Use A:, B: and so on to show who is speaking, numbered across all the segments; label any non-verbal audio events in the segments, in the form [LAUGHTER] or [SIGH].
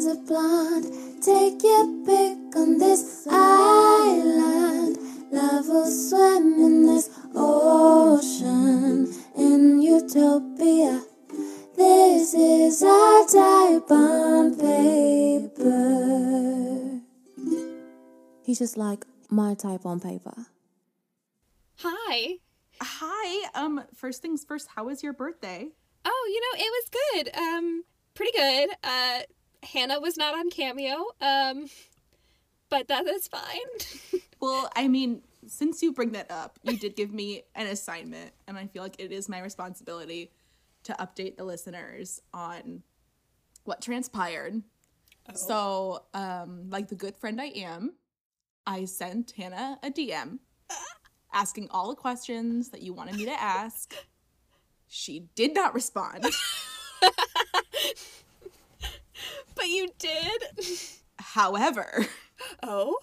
A: it blonde. Take your pick on this island. Love will swim in this ocean in utopia. This is our type on paper. He's just like my type on paper.
B: Hi.
C: Hi. Um, first things first, how was your birthday?
B: Oh, you know, it was good. Um, pretty good. Uh, Hannah was not on cameo. Um, but that is fine. [LAUGHS]
C: Well, I mean, since you bring that up, you did give me an assignment, and I feel like it is my responsibility to update the listeners on what transpired. So, um, like the good friend I am, I sent Hannah a DM asking all the questions that you wanted me to ask. She did not respond.
B: but you did.
C: However,
B: Oh.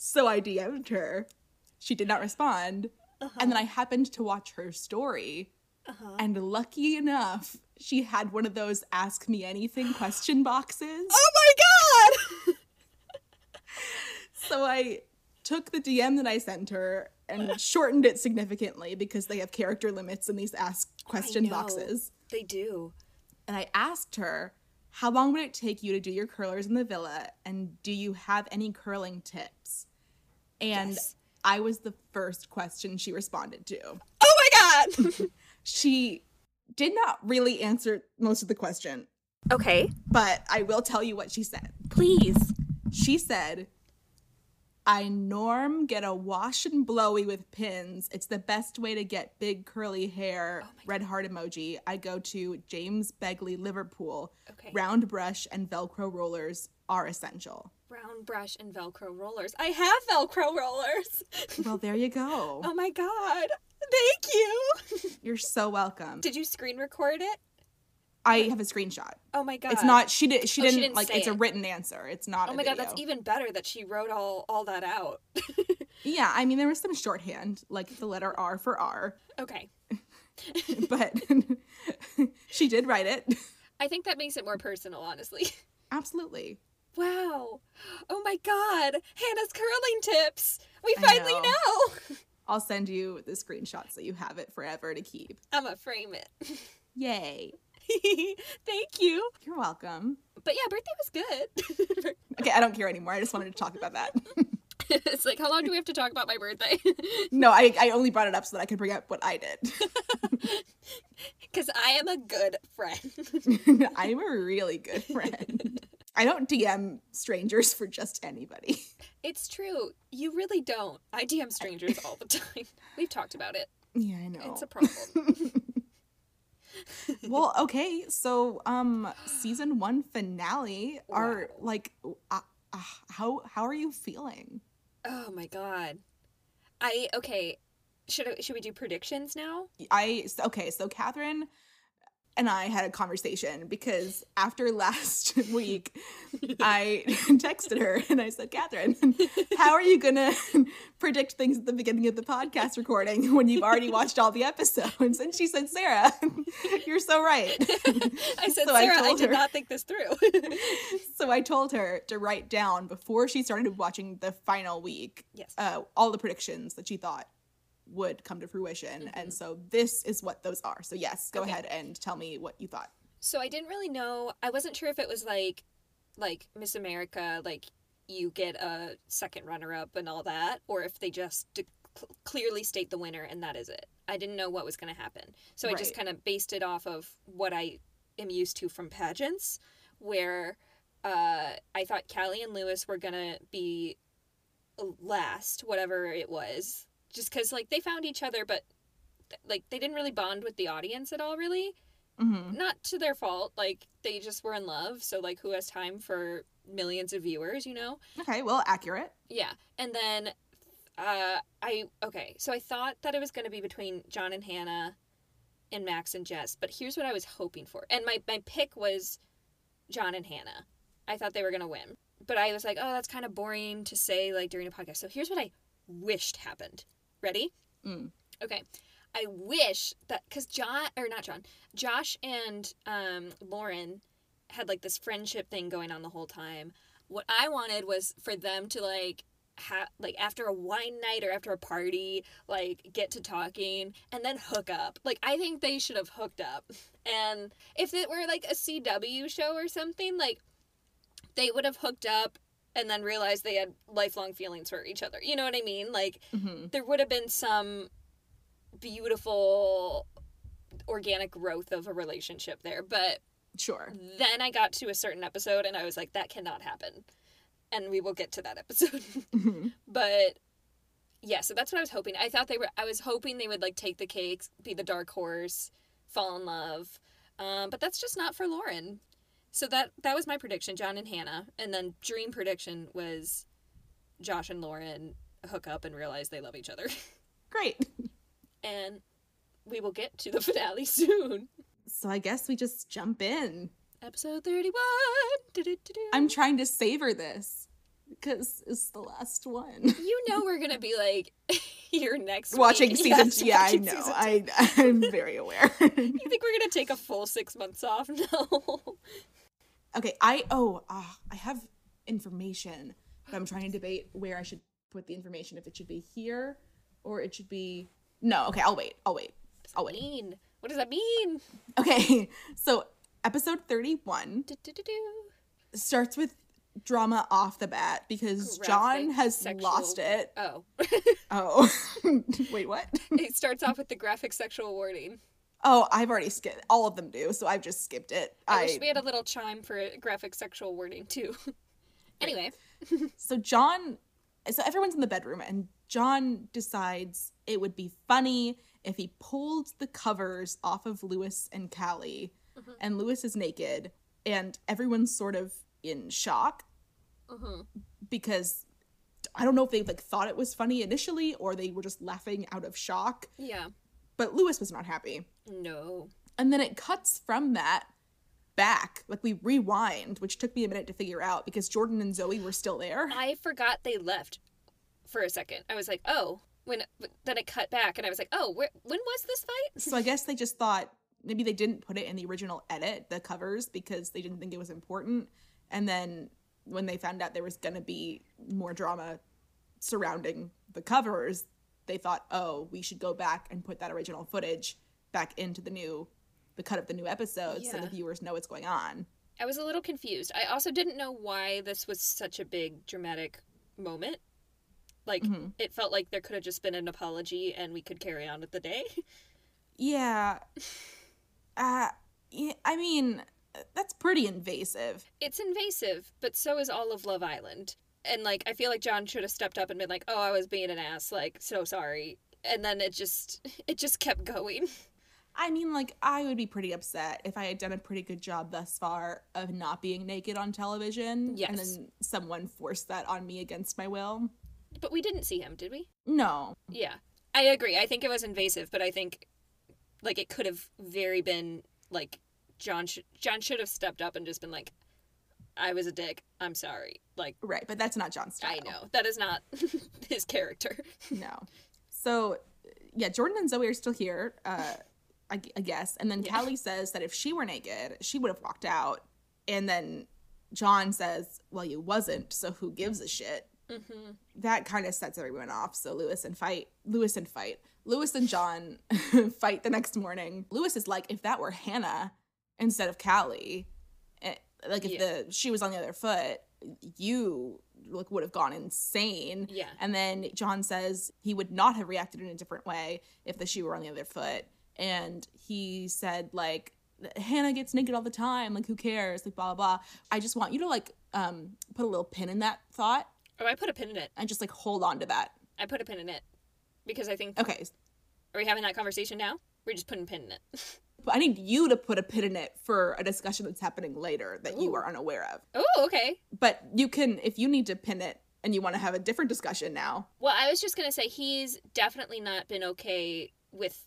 C: So I DM'd her. She did not respond. And then
B: Uh-huh.
C: I happened to watch her story. And lucky enough, she had one of those ask
B: [GASPS]
C: me anything question boxes.
B: Oh my god.
C: So I took the DM that I sent her
B: [GASPS]
C: and shortened it significantly because they have character limits in these ask question
B: know.
C: boxes.
B: they do.
C: And I asked her, How long would it take you to do your curlers in the villa? And do you have any curling tips? And
B: Yes.
C: I was the first question she responded to.
B: Oh my god. [LAUGHS]
C: she did not really answer most of the question,
B: okay.
C: but I will tell you what she said.
B: Please.
C: She said, I norm get a wash and blowy with pins. It's the best way to get big curly
B: Oh
C: hair. Red heart emoji. I go to James Begley, Liverpool.
B: Okay.
C: Round brush and Velcro rollers
B: [LAUGHS]
C: are essential.
B: Brown brush and Velcro rollers. I have Velcro rollers. [LAUGHS]
C: Well, there you go.
B: Oh my god. Thank you. [LAUGHS]
C: You're so welcome.
B: Did you screen record it?
C: I have a screenshot.
B: Oh my god.
C: It's not she did she
B: Oh, she
C: didn't,
B: didn't
C: like
B: say
C: it's a
B: it.
C: written answer. It's not
B: Oh
C: a
B: my god, that's
C: video.
B: even better that she wrote all all that out.
C: Yeah, I mean, there was some shorthand, like the letter R for R, [LAUGHS]
B: okay.
C: but [LAUGHS] she did write it. [LAUGHS]
B: I think that makes it more personal, honestly. [LAUGHS]
C: Absolutely.
B: Wow. Oh my god. Hannah's curling tips. We
C: I
B: finally know. [LAUGHS]
C: know. I'll send you the screenshot so you have it forever to keep.
B: I'ma frame
C: Yay.
B: it. [LAUGHS] Thank you.
C: You're welcome.
B: But yeah, birthday was good. [LAUGHS]
C: Okay, I don't care anymore. I just wanted to talk about that. [LAUGHS]
B: it's like, how long do we have to talk about my birthday? [LAUGHS]
C: no, I, I only brought it up so that I could bring up what I did. [LAUGHS]
B: Because I am a good friend. [LAUGHS]
C: I'm a really good friend. I don't DM strangers for just anybody. [LAUGHS]
B: it's true. You really don't. I DM strangers all the [LAUGHS] time. We've talked about it.
C: Yeah, I know.
B: It's a problem.
C: well okay so um season one finale are
B: Wow.
C: like uh, uh, how how are you feeling
B: oh my god. I okay. Should I, should we do predictions now?
C: i so- okay so catherine and i had a conversation because after last [LAUGHS] week i [LAUGHS] texted her and i said catherine [LAUGHS] how are you gonna [LAUGHS] predict things at the beginning of the podcast recording when you've already watched all the episodes and she said sarah [LAUGHS] you're so right
B: [LAUGHS]
C: [LAUGHS]
B: I said,
C: So I
B: Sarah, I,
C: told
B: did
C: her.
B: not think this through. [LAUGHS]
C: [LAUGHS] So I told her to write down before she started watching the final week
B: yes.
C: uh, all the predictions that she thought would come to fruition. And so this is what those are. So, yes, go
B: Mm-hmm. Okay.
C: ahead and tell me what you thought.
B: So I didn't really know. I wasn't sure if it was like, like Miss America, like you get a second runner up and all that, or if they just de- cl- clearly state the winner and that is it. I didn't know what was going to happen. So I just
C: Right.
B: kind of based it off of what I am used to from pageants, where uh, I thought Callie and Lewis were going to be last, whatever it was, just because like they found each other, but th- like they didn't really bond with the audience at all, really
C: Mm-hmm.
B: not to their fault like they just were in love so like who has time for millions of viewers you know
C: Okay, well, accurate.
B: yeah and then uh i okay so i thought that it was going to be between john and hannah and max and jess but here's what i was hoping for and my my pick was john and hannah i thought they were going to win but i was like oh that's kind of boring to say like during a podcast so here's what i wished happened ready
C: Mm.
B: Okay. I wish that because John or not John, Josh and um, Lauren had like this friendship thing going on the whole time. What I wanted was for them to like ha- like after a wine night or after a party, like get to talking and then hook up. Like I think they should have hooked up. And if it were like a CW show or something, like they would have hooked up and then realized they had lifelong feelings for each other. You know what I mean? Like
C: Mhm.
B: there would have been some beautiful organic growth of a relationship there. But
C: Sure.
B: then I got to a certain episode and I was like, that cannot happen. And we will get to that [LAUGHS] episode.
C: Mhm.
B: but yeah, so that's what I was hoping. I thought they were, I was hoping they would like take the cakes, be the dark horse, fall in love. Um, but that's just not for Lauren. So that that was my prediction, John and Hannah. And then dream prediction was Josh and Lauren hook up and realize they love each other.
C: Great.
B: and we will get to the [LAUGHS] finale soon.
C: So I guess we just jump in.
B: Episode 31. Do-do-do-do.
C: I'm trying to savor this because it's the last one.
B: You know we're gonna be like [LAUGHS] here next week. [LAUGHS]
C: [LAUGHS] Watching season
B: Yes,
C: yeah, I
B: watching
C: know.
B: season
C: I I'm very aware. [LAUGHS]
B: two. You think we're gonna take a full six months off? [LAUGHS] No.
C: okay, I oh, ah, I have information. But I'm trying to debate where I should put the information if it should be here or it should be No, okay, I'll wait. I'll wait. I'll wait.
B: Mean. What does that mean?
C: Okay. [LAUGHS] So, episode 31
B: Do-do-do-do.
C: starts with drama off the bat because John
B: Graphic
C: has
B: sexual- [LAUGHS]
C: lost it.
B: Oh.
C: Oh. [LAUGHS] wait, what? [LAUGHS]
B: it starts off with the graphic sexual warning.
C: Oh, I've already skipped all of them do, so I've just skipped it.
B: I, wish we had a little chime for graphic sexual warning too. [LAUGHS] anyway.
C: so John so everyone's in the bedroom and John decides it would be funny if he pulled the covers off of Lewis and Callie and Lewis is naked and everyone's sort of in shock
B: Mhm.
C: because I don't know if they like thought it was funny initially or they were just laughing out of shock,
B: Yeah.
C: but Lewis was not happy.
B: No.
C: And then it cuts from that back, like we rewind, which took me a minute to figure out because Jordan and Zoe were still there.
B: I forgot they left for a second. I was like, oh, when then it cut back, and I was like, oh, where, when was this fight?
C: So I guess they just thought maybe they didn't put it in the original edit, the covers, because they didn't think it was important. And then when they found out there was going to be more drama surrounding the covers, they thought, oh, we should go back and put that original footage back into the new, the cut of the new episode so the
B: Yeah.
C: viewers know what's going on.
B: I was a little confused. I also didn't know why this was such a big dramatic moment. Like
C: Mhm.
B: it felt like there could have just been an apology and we could carry on with the day. [LAUGHS]
C: Yeah. Uh, yeah, I mean, that's pretty invasive.
B: It's invasive, but so is all of Love Island. And like I feel like John should have stepped up and been like, "Oh, I was being an ass. Like, so sorry." And then it just [LAUGHS] it just kept going. [LAUGHS]
C: I mean, like, I would be pretty upset if I had done a pretty good job thus far of not being naked on television. And
B: Yes.
C: then someone forced that on me against my will.
B: But we didn't see him, did we?
C: No.
B: Yeah. I agree. I think it was invasive, but I think like it could have very been like John sh- John should have stepped up and just been like I was a dick. I'm sorry. Like
C: Right. But that's not John's style.
B: I know. That is not [LAUGHS] his character.
C: No. So, yeah, Jordan and Zoe are still here, uh, I, gu- I guess. And then
B: Yeah.
C: Callie says that if she were naked, she would have walked out. And then John says, well, you wasn't, so who gives a shit?
B: hmm
C: that kind of sets everyone off. So Lewis and fight, Lewis and fight, Lewis and John [LAUGHS] fight the next morning. Lewis is like, if that were Hannah instead of Callie, eh, like if
B: Yeah.
C: the she was on the other foot, you like would have gone insane.
B: Yeah.
C: And then John says he would not have reacted in a different way if the shoe were on the other foot. And he said like Hannah gets naked all the time. Like who cares? Like blah blah. blah. I just want you to like um put a little pin in that thought
B: Oh, I put a pin in it.
C: and just like hold on to that.
B: I put a pin in it because I think
C: Okay.
B: are we having that conversation now? We're just putting a pin in it.
C: But I need you to put a pin in it for a discussion that's happening later that you
B: Ooh.
C: are unaware of.
B: [LAUGHS] oh, okay.
C: But you can, if you need to pin it and you want to have a different discussion now,
B: Well, I was just going to say he's definitely not been okay with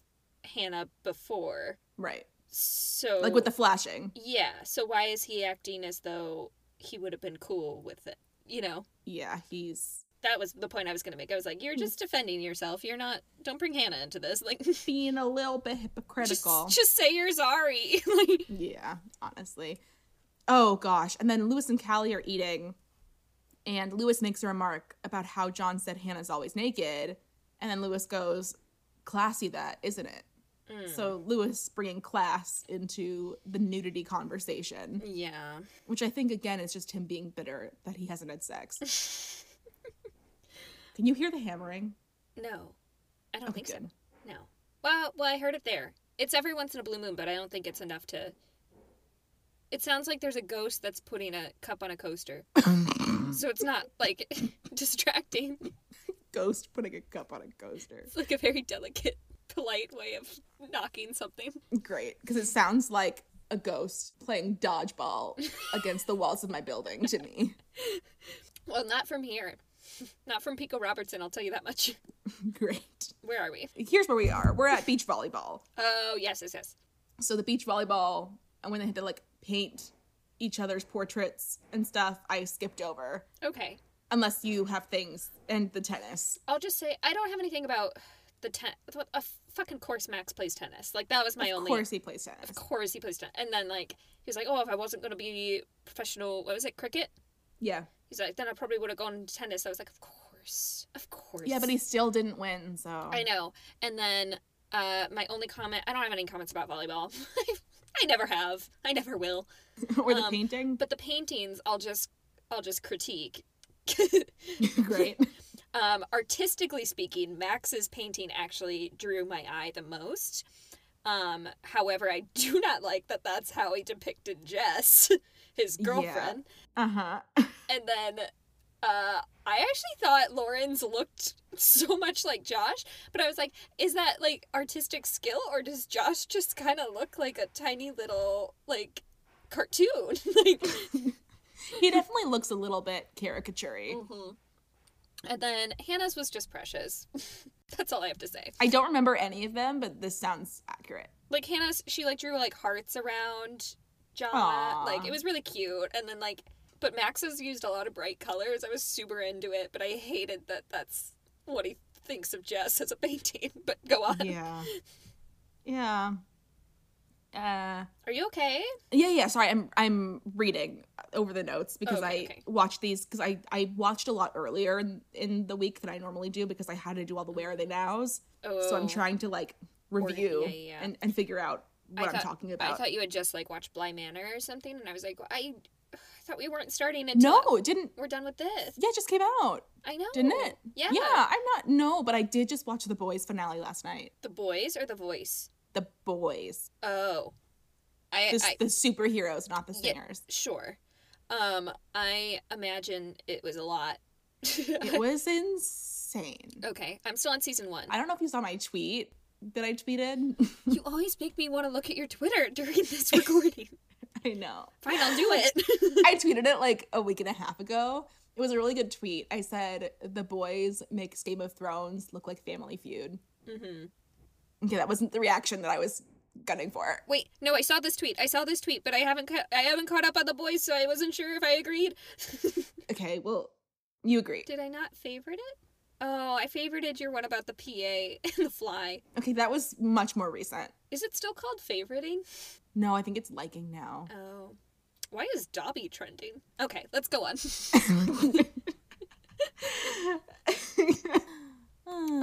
B: Hannah before.
C: right?
B: So
C: Like with the flashing.
B: Yeah, so why is he acting as though he would have been cool with it? You know,
C: Yeah, he's
B: that was the point I was going to make. I was
C: Mm.
B: like, you're just defending yourself. You're not, don't bring Hannah into this. Like, [LAUGHS] just,
C: being a little bit hypocritical.
B: just say you're sorry. [LAUGHS] like,
C: Yeah, honestly. Oh gosh. And then Lewis and Callie are eating, and Lewis makes a remark about how John said Hannah's always naked, and then Lewis goes, "Classy, that isn't it?"
B: Hmm. mm.
C: So Lewis bringing class into the nudity conversation,
B: Yeah.
C: which I think again is just him being bitter that he hasn't had sex.
B: [LAUGHS]
C: Can you hear the hammering?
B: No. I don't think
C: Oh, good.
B: so. No. Well, well, I heard it there. It's every once in a blue moon, but I don't think it's enough to. It sounds like there's a ghost that's putting a cup on a
C: [COUGHS]
B: coaster. so it's not like [LAUGHS] distracting.
C: Ghost putting a cup on a coaster.
B: It's like a very delicate, polite way of knocking something.
C: Great, because it sounds like a ghost playing
B: [LAUGHS]
C: dodgeball against the walls of my building to me. [LAUGHS]
B: Well, not from here. Not from Pico Robertson, I'll tell you that much.
C: Great.
B: Where are we?
C: Here's where we are. We're at beach volleyball.
B: Oh, yes, yes, yes.
C: So the beach volleyball, and when they had to like paint each other's portraits and stuff, I skipped over.
B: Okay.
C: Unless you have things and the tennis.
B: I'll just say I don't have anything about the ten. What a fucking course Max plays tennis. Like that was my
C: Of
B: only.
C: course, he plays tennis.
B: Of course he plays tennis. And then like he was like, oh, if I wasn't gonna be professional, what was it, cricket?
C: Yeah.
B: He's like, then I probably would have gone to tennis. I was like, of course, of course.
C: Yeah, but he still didn't win, so.
B: I know. And then uh, my only comment. I don't have any comments about volleyball. [LAUGHS] I never have. I never will.
C: [LAUGHS] or the
B: Um,
C: painting.
B: But the paintings, I'll just, I'll just critique. [LAUGHS]
C: Great.
B: Um, artistically speaking, Max's painting actually drew my eye the most. Um, however, I do [LAUGHS] not like that that's how he depicted Jess, [LAUGHS] his
C: Yeah.
B: girlfriend.
C: Uh huh.
B: And then uh, I actually thought Lauren's looked [LAUGHS] so much like Josh, but I was like, is that like artistic skill or does Josh just kind of look like a tiny little like cartoon? [LAUGHS] like,
C: he definitely looks a little bit caricaturey.
B: mhm. and then Hannah's was just precious. [LAUGHS] that's all I have to say.
C: I don't remember any of them, but this sounds accurate.
B: like Hannah, she like drew like hearts around John.
C: Aw.
B: Like it was really cute. And then like, but Max has used a lot of bright colors. I was super into it, but I hated that that's what he thinks of Jess as a painting. [LAUGHS] But go
C: [LAUGHS]
B: on.
C: Yeah. Yeah. Uh
B: Are you okay?
C: yeah, yeah. Sorry, I'm I'm reading over the notes because
B: Okay,
C: I
B: okay.
C: watched these because I I watched a lot earlier in, in the week than I normally do because I had to do all the where are they nows.
B: Oh,
C: So I'm trying to like
B: Order- yeah,
C: review
B: yeah, yeah.
C: And, and figure out
B: I
C: what I'm
B: thought-
C: talking
B: I
C: about.
B: thought you had just like watched Bly Manor or something, and I was like, I, I thought we weren't starting until
C: No, it didn't.
B: we're done with this.
C: Yeah, it just came out.
B: I know,
C: Didn't it?
B: Yeah.
C: Yeah, I'm not. No, but I did just watch the boys finale last night.
B: The boys or the voice?
C: The boys,
B: Oh, I,
C: the,
B: I
C: the superheroes, not the
B: Yeah. [LAUGHS]
C: singers.
B: Sure. Um, I imagine it was a lot. [LAUGHS]
C: It was insane.
B: okay, I'm still on season one.
C: I don't know if you saw my tweet that I tweeted. [LAUGHS]
B: You always make me want to look at your Twitter during this recording.
C: I know.
B: Fine, I'll do it.
C: [LAUGHS] I tweeted it like a week and a half ago. It was a really good tweet. I said, The boys makes Game of Thrones look like Family Feud.
B: hmm
C: Okay, that wasn't the reaction that I was gunning for.
B: Wait, no, I saw this tweet. I saw this tweet, but I haven't ca- I haven't caught up on the boys, so I wasn't sure if I agreed.
C: Okay, well, you agree.
B: Did I not favorite it? Oh, I favorited your one about the PA and the fly.
C: Okay, that was much more recent.
B: Is it still called favoriting?
C: No, I think it's liking now.
B: Oh. Why is Dobby trending? Okay, let's go on. [LAUGHS]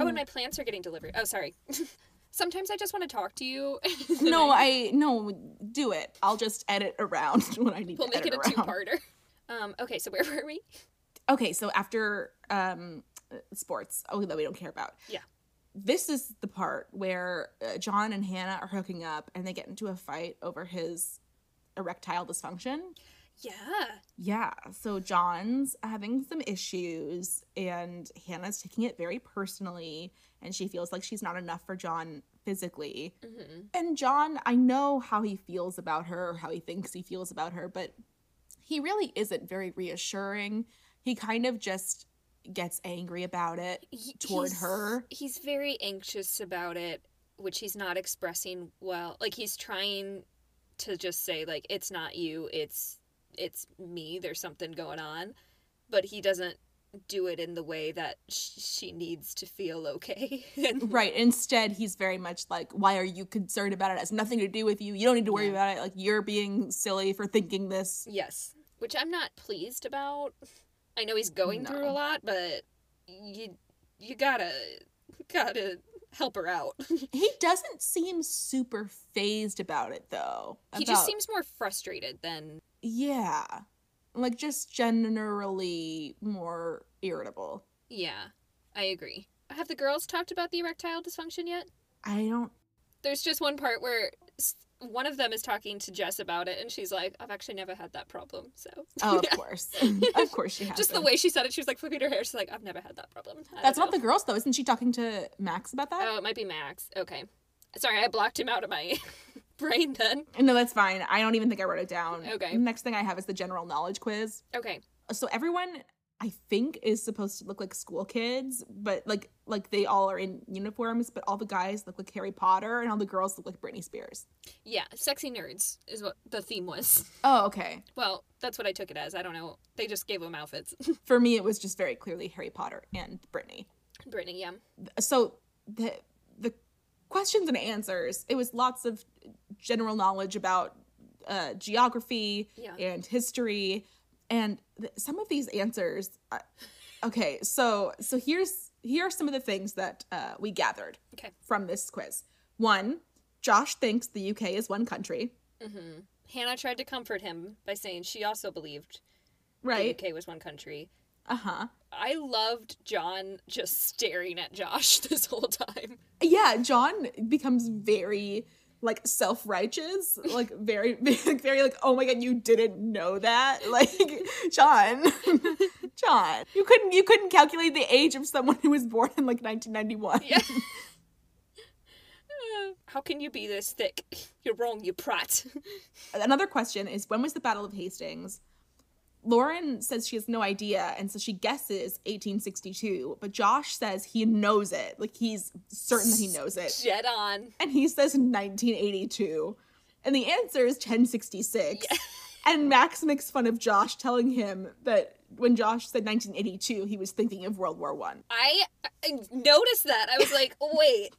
B: Oh, and my plants are getting delivered. Oh, sorry. [LAUGHS] Sometimes I just want to talk to you.
C: [LAUGHS]
B: [LAUGHS]
C: no, I no do it. I'll just edit around [LAUGHS] when I need
B: we'll
C: to
B: make
C: edit
B: it a
C: around.
B: two-parter. [LAUGHS] Um, okay, so where were we?
C: Okay, so after um uh, sports, oh that we don't care about.
B: Yeah.
C: This is the part where uh, John and Hannah are hooking up and they get into a fight over his erectile dysfunction.
B: Yeah,
C: Yeah, so John's having some issues and Hannah's taking it very personally and she feels like she's not enough for John physically.
B: hmm
C: And John, I know how he feels about her, or how he thinks he feels about her, but he really isn't very reassuring. He kind of just gets angry about it. Toward her?
B: He's very anxious about it, which he's not expressing well. Like he's trying to just say like it's not you, it's it's me. There's something going on, but he doesn't do it in the way that sh- she needs to feel okay. [LAUGHS] and
C: Right. Instead, he's very much like, why are you concerned about it? It has nothing to do with you. You don't need to worry
B: Yeah.
C: about it. Like, you're being silly for thinking this.
B: yes, which I'm not pleased about. I know he's going through a
C: No.
B: lot, but you you gotta gotta help her out. [LAUGHS]
C: He doesn't seem super phased about it, though.
B: he just
C: about-
B: seems more frustrated than
C: Yeah. Like, just generally more irritable.
B: yeah. I agree. Have the girls talked about the erectile dysfunction yet?
C: I
B: [LAUGHS]
C: don't.
B: There's just one part where s- one of them is talking to Jess about it, and she's like, "I've actually never had that problem." So
C: Oh, of
B: Yeah. [LAUGHS]
C: course. of course she has.
B: just the
C: been.
B: way she said it, she was like flipping her hair. She's like, "I've never had that problem." I
C: That's
B: don't
C: not
B: know."
C: the girls, though. Isn't she talking to Max about that?
B: Oh, it might be Max. Okay, sorry, I blocked him out of my [LAUGHS] brain. Then
C: No, that's fine. I don't even think I wrote it down.
B: Oh. Okay.
C: Next thing I have is the general knowledge quiz.
B: okay,
C: so everyone I think is supposed to look like school kids, but like like they all are in uniforms, but all the guys look like Harry Potter and all the girls look like Britney Spears.
B: yeah, sexy nerds is what the theme was. [LAUGHS]
C: Oh, okay.
B: Well, that's what I took it as. I don't know. They just gave them outfits. [LAUGHS]
C: For me it was just very clearly Harry Potter and Britney.
B: Brittany, yeah,
C: So the the questions and answers, it was lots of general knowledge about uh, geography
B: Yeah.
C: and history and th- some of these answers uh, okay so so here's here are some of the things that uh, we gathered
B: okay,
C: from this quiz. One, Josh thinks the UK is one country,
B: mm-hmm. Hannah tried to comfort him by saying she also believed
C: right?
B: the UK was one country.
C: Uh huh.
B: I loved John just staring at Josh [LAUGHS] this whole time.
C: Yeah, John becomes very like self righteous, like very, [LAUGHS] very like, oh my god, you didn't know that, [LAUGHS] like John, [LAUGHS] John, you couldn't you couldn't calculate the age of someone who was born in like 1991.
B: Yeah. [LAUGHS] Uh, How can you be this thick? [LAUGHS] You're wrong, you prat. [LAUGHS]
C: Another question is when was the Battle of Hastings? Lauren says she has no idea, and so she guesses 1862. But Josh says he knows it, like he's certain that he knows it,
B: Jet on.
C: and he says 1982, and the answer is 1066. And Max makes fun of Josh, telling him that when Josh said 1982, he was thinking of World War One.
B: I, I noticed that. I was like, [LAUGHS] wait.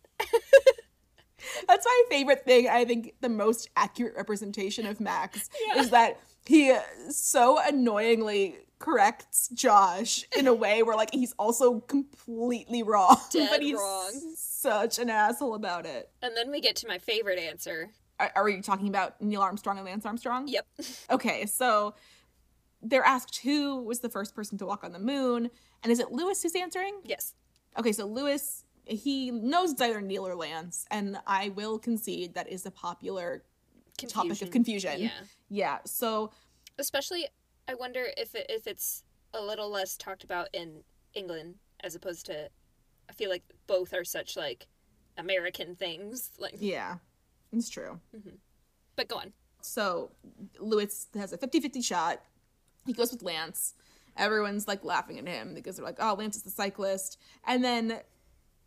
C: That's my favorite thing. I think the most accurate representation of Max is that he uh, so annoyingly corrects Josh in a way where like he's also completely wrong, [LAUGHS]
B: Dead
C: but he's
B: wrong.
C: such an asshole about it.
B: And then we get to my favorite answer.
C: Are, are you talking about Neil Armstrong and Lance Armstrong?
B: Yep.
C: Okay, so they're asked who was the first person to walk on the moon, and is it Lewis who's answering?
B: Yes.
C: Okay, so Lewis, he knows it's either Neil or Lance, and I will concede that is a popular topic of confusion.
B: Yeah.
C: Yeah, So
B: Especially, I wonder if it, if it's a little less talked about in England as opposed to, I feel like both are such like American things. [LAUGHS] Like,
C: yeah, it's true.
B: but go on.
C: So Lewis has a 50-50 shot. He goes with Lance. Everyone's like laughing at him because they're like, "Oh, Lance is the cyclist." And then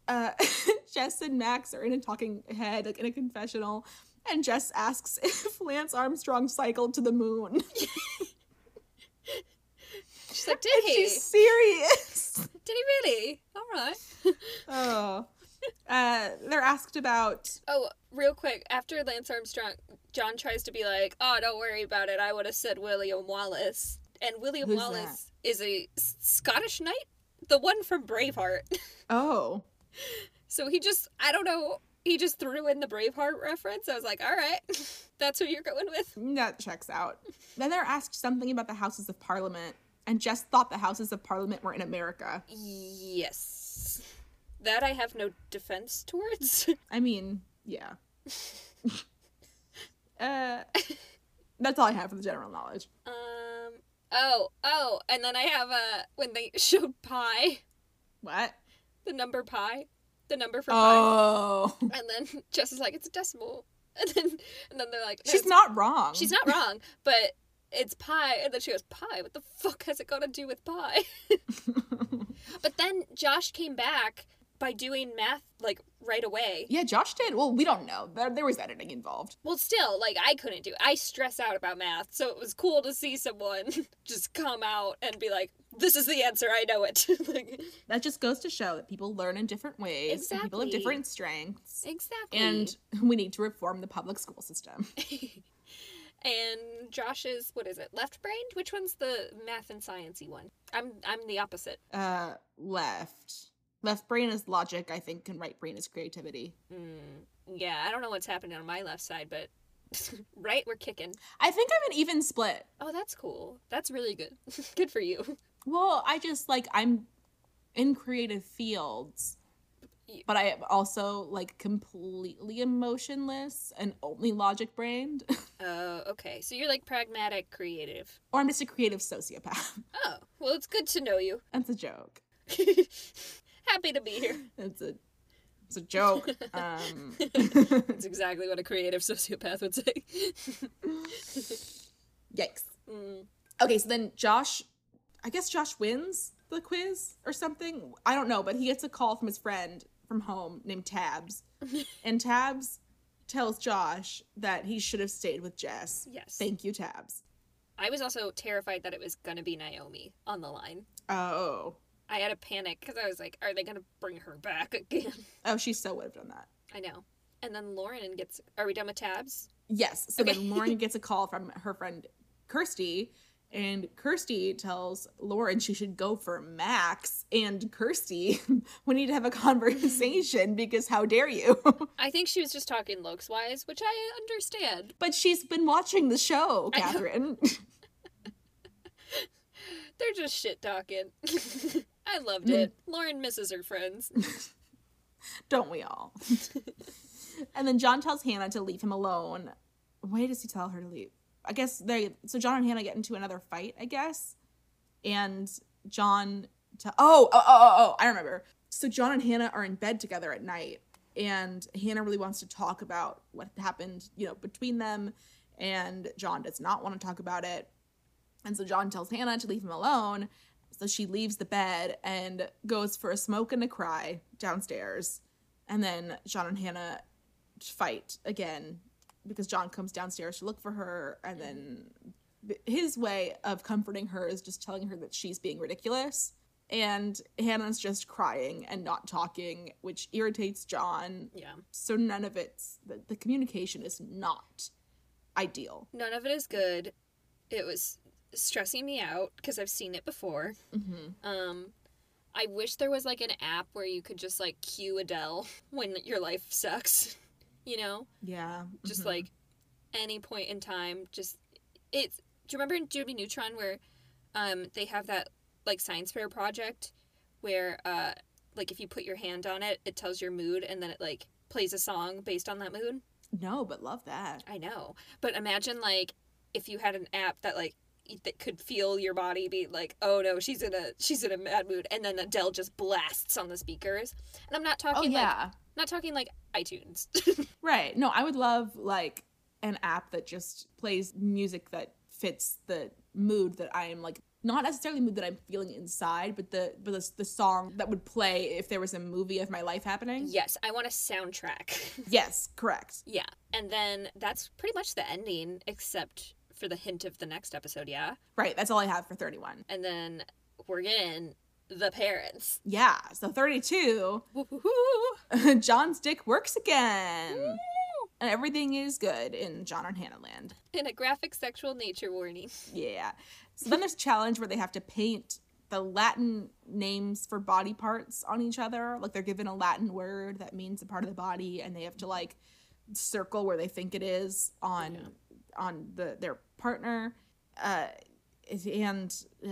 C: uh, [LAUGHS] Jess and Max are in a talking head, like in a confessional, and Jess asks [LAUGHS] if Lance Armstrong cycled to the moon. [LAUGHS]
B: She's [LAUGHS] like, did he?
C: She's serious. [LAUGHS]
B: Did he really? All right.
C: Oh. Uh, they're asked about.
B: Oh, real quick, after Lance Armstrong, John tries to be like, "Oh, don't worry about it. I would have said William Wallace." And William
C: Who's
B: Wallace is a S- Scottish knight, the one from Braveheart.
C: Oh.
B: so he just, I don't know, he just threw in the Braveheart reference. I was like, "All right. [LAUGHS] That's who you're going with."
C: That checks out. Then they're asked something about the Houses of Parliament, and Jess thought the Houses of Parliament were in America.
B: Yes. That I have no defense towards. [LAUGHS]
C: I mean, yeah. [LAUGHS] uh, [LAUGHS] that's all I have for the general knowledge.
B: um oh, oh, and then I have uh when they [LAUGHS] showed pi,
C: What?
B: the number pi, the number for pi. [LAUGHS]
C: Oh.
B: And then Jess is like, it's a decimal. [LAUGHS] And then and then they're like, "No,
C: She's
B: it's-
C: not wrong.
B: She's not wrong, but it's pi. And then she goes, pi. What the fuck has it got to do with pi? but then Josh came back by doing math like right away.
C: [LAUGHS] Yeah, Josh did. Well, we don't know. There, there was editing involved.
B: Well, still, like I couldn't do. It. I stress out about math, so it was cool to see someone [LAUGHS] just come out and be like, "This is the answer. I know it." [LAUGHS] like,
C: That just goes to show that people learn in different ways. and people have
B: Exactly.
C: different strengths.
B: exactly.
C: [LAUGHS] And we need to reform the public school system.
B: and Josh's what is it? Left brained? Which one's the math and sciency one? I'm I'm the opposite.
C: Uh, left. Left brain is logic, I think, and right brain is creativity.
B: Mm, yeah, I don't know what's happening on my left side, but [LAUGHS] right, we're kicking.
C: I think I'm an even split.
B: Oh, that's cool. That's really good. [LAUGHS] good for you.
C: Well, I just like I'm in creative fields,
B: Y-
C: but I am also like completely emotionless and only logic brained, [LAUGHS]
B: Oh, okay. So you're like pragmatic, creative.
C: or I'm just a creative sociopath. [LAUGHS]
B: Oh, well, it's good to know you. [LAUGHS]
C: That's a joke.
B: Happy to be here.
C: It's a it's a joke. Um,
B: That's exactly what a creative [LAUGHS] sociopath would say. [LAUGHS]
C: yikes.
B: Mm.
C: Okay, so then Josh, I guess Josh wins the quiz or something. I don't know, but he gets a call from his friend from home named Tabs, and Tabs tells Josh that he should have stayed with Jess.
B: Yes.
C: Thank you, Tabs.
B: I was also terrified that it was going to be Naomi on the line.
C: Oh,
B: I had a panic because I was like, are they going to bring her back [LAUGHS] again?
C: oh, she so would have done that.
B: I know. And then Lauren gets. Are we done with tabs?
C: Yes. So
B: Okay. [LAUGHS]
C: then Lauren gets a call from her friend Kirsty, and Kirsty tells Lauren she should go for Max. And Kirsty, [LAUGHS] we need
B: [LAUGHS]
C: to have a conversation because how dare you? [LAUGHS]
B: I think she was just talking looks wise, which I understand.
C: but she's been watching the show,
B: I know.
C: Catherine.
B: They're just shit talking. [LAUGHS] I loved it. Lauren misses her friends.
C: Don't we all? [LAUGHS] and then John tells Hannah to leave him alone. Why does he tell her to leave? I guess they. So John and Hannah get into another fight. I guess, and John. T- oh, oh, oh, oh, oh! I remember. So John and Hannah are in bed together at night, and Hannah really wants to talk about what happened, you know, between them, and John does not want to talk about it. And so John tells Hannah to leave him alone. So she leaves the bed and goes for a smoke and a cry downstairs. And then John and Hannah fight again because John comes downstairs to look for her. And then b- his way of comforting her is just telling her that she's being ridiculous. And Hannah's just crying and not talking, which irritates John.
B: Yeah.
C: So none of it's, the, the communication is not ideal.
B: None of it is good. It was stressing me out because I've seen it before.
C: Mm-hmm.
B: Um, I wish there was like an app where you could just like cue Adele [LAUGHS] when your life sucks. [LAUGHS] You know,
C: Yeah.
B: just
C: Mhm.
B: like any point in time. Just it's. Do you remember in Jimmy Neutron where, um, they have that like science fair project where uh, like if you put your hand on it, it tells your mood and then it like plays a song based on that mood.
C: No, but love that.
B: I know. But imagine like if you had an app that like y- that could feel your body be like, "Oh no, she's in a she's in a mad mood." And then Adele just blasts on the speakers. And I'm not
C: Oh,
B: talking like not talking like iTunes.
C: right. No, I would love like an app that just plays music that fits the mood that I am like not necessarily mood that I'm feeling inside, but the but the, the song that would play if there was a movie of my life happening.
B: [LAUGHS] yes, I want a soundtrack. [LAUGHS]
C: Yes, correct.
B: yeah. And then that's pretty much the ending except for the hint of the next episode, yeah.
C: Right. That's all I have for 31.
B: And then we're in the parents.
C: Yeah. So 32,
B: Woo-hoo-hoo.
C: [LAUGHS] John's dick works again. And everything is good in John and Hannah land.
B: In a graphic sexual nature warning.
C: Yeah. So then there's a challenge where they have to paint the Latin names for body parts on each other. Like they're given a Latin word that means a part of the body, and they have to like circle where they think it is on
B: Yeah.
C: on the their partner. Uh, and uh,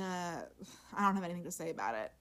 C: I don't have anything to say about it.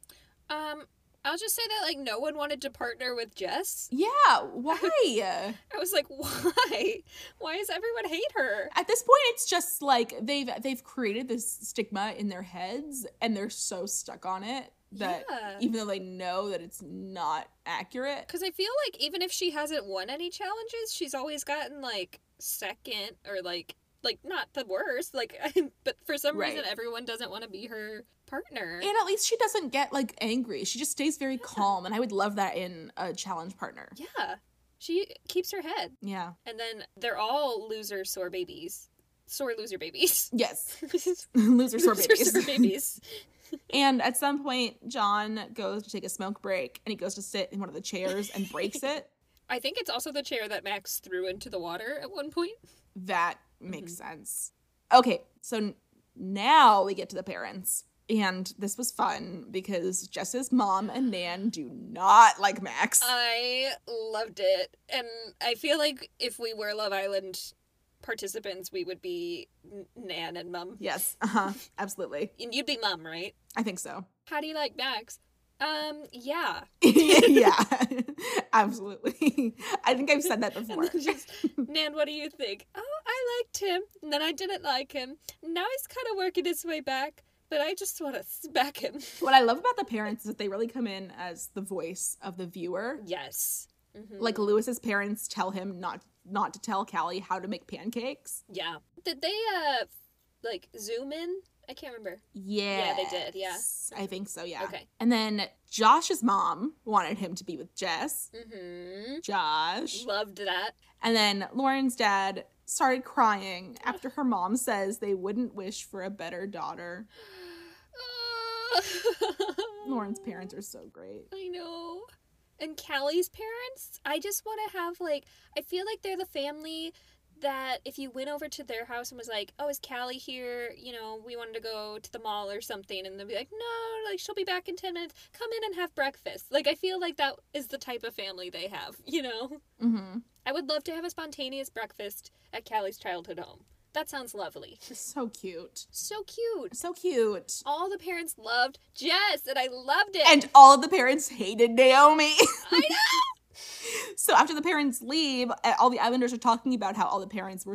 B: Um, I'll just say that like no one wanted to partner with Jess.
C: Yeah, [LAUGHS] why?
B: I was like, [LAUGHS] why? Why does everyone hate her?
C: At this point, it's just like they've they've created this stigma in their heads, and they're so stuck on it that e
B: Yeah.
C: even though they know that it's not accurate,
B: Because I feel like even if she hasn't won any challenges, she's always gotten like second or like like not the worst like [LAUGHS] but for some
C: Right.
B: reason everyone doesn't want to be her partner
C: And at least she doesn't get like angry. She just stays very calm, and I would love that in a challenge partner.
B: yeah she keeps her head
C: Yeah.
B: and then they're all loser sore babies sore loser
C: [LAUGHS]
B: babies
C: Yes.
B: [LAUGHS] Loser
C: Loser sore babies.
B: sore babies
C: And at some point, John goes to take a smoke break, and he goes to sit in one of the chairs and breaks it.
B: i think it's also the chair that max threw into the water at one point
C: That makes
B: Mm-hmm.
C: sense. Okay, so n- now we get to the parents. And this was fun because Jess's mom and Nan do not like Max.
B: Uh, I loved it. And I feel like if we were Love Island participants, we would be N- Nan and Mum.
C: yes, uh-huh, absolutely.
B: And you'd be Mum, right?
C: I
B: [LAUGHS]
C: think so.
B: How do you like Max? Um,
C: [LAUGHS]
B: yeah.
C: yeah, absolutely. I think I've said that
B: And
C: before.
B: then just, Nan, what do you think? Oh, I liked him. And then I didn't like him. Now he's kind of working his way back, but I just want to smack him. [LAUGHS]
C: What I love about the parents is that they really come in as the voice of the
B: Mm-hmm.
C: viewer.
B: Yes. Mhm.
C: Like Lewis's parents tell him not not to tell Callie how to make pancakes.
B: Yeah. Did they, uh, like, zoom in? I can't remember.
C: Yeah.
B: they did, yeah.
C: I think so, yeah.
B: Okay.
C: And then Josh's mom wanted him to be with Jess.
B: Mm-hmm.
C: Josh.
B: Loved that.
C: And then Lauren's dad started crying after her mom says they wouldn't wish for a better daughter. [SIGHS] Lauren's parents are so great.
B: I know. And Callie's parents, I just want to have like I feel like they're the family that if you went over to their house and was like, "Oh, is Callie here? You know, we wanted to go to the mall or something," and they'd be like, "No, like she'll be back in ten minutes. Come in and have breakfast." Like I feel like that is the type of family they have. [LAUGHS] You know,
C: Mm-hmm.
B: I would love to have a spontaneous breakfast at Callie's childhood home. That sounds lovely.
C: So cute.
B: So cute.
C: So cute.
B: All the parents loved Jess, and I loved it. [LAUGHS]
C: And all of the parents hated Naomi. [LAUGHS] so after the parents leave, uh, all the Islanders are talking about how all the parents were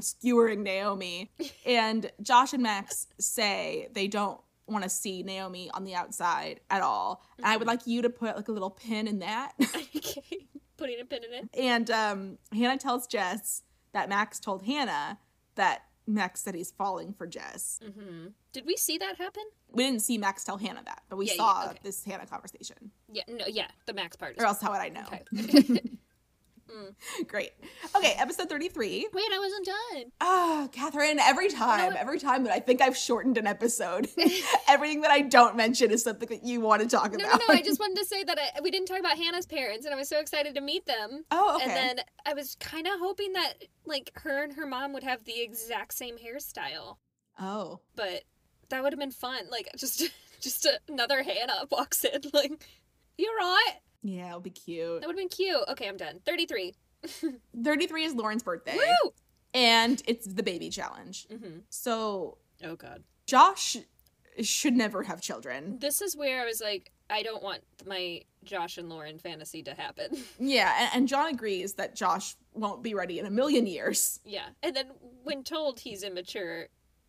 B: [LAUGHS]
C: skewering Naomi. And Josh and Max say they don't want to see Naomi on the outside at all. And
B: Mm-hmm.
C: I would like you to put like a little pin in that. [LAUGHS]
B: okay, putting a pin in it.
C: and um, Hannah tells Jess that Max told Hannah that Max said he's falling for Jess.
B: hmm Did we see that happen?
C: We didn't see Max tell Hannah that, but we
B: Yeah, yeah,
C: saw
B: okay.
C: this Hannah conversation. [LAUGHS]
B: Yeah, no, yeah, the max part. Is
C: Or else how would I know?
B: okay. [LAUGHS]
C: Great. Okay, episode 33.
B: Wait, I wasn't done.
C: Ah, Catherine, every time,
B: it-
C: every time that I think I've shortened
B: [LAUGHS]
C: an episode, everything that I don't mention is something that you want to talk
B: No, no,
C: about.
B: no. I just wanted to say that I, we didn't talk about Hannah's parents, and I was so excited to meet them.
C: [LAUGHS] Oh, okay.
B: And then I was kind of hoping that like her and her mom would have the exact same hairstyle,
C: oh.
B: but that would have been fun. Like just [LAUGHS] just another Hannah walks in like. You're right.
C: Yeah, it'll be cute.
B: That would have been cute. Okay, I'm done. 33.
C: 33 is Lauren's birthday,
B: Woo!
C: and it's the baby challenge.
B: Mm-hmm.
C: So,
B: Oh, God.
C: Josh should never have children.
B: This is where I was like, I don't want my Josh and Lauren fantasy to happen. [LAUGHS]
C: Yeah, and, and John agrees that Josh won't be ready in a million years.
B: Yeah. And then when told he's immature,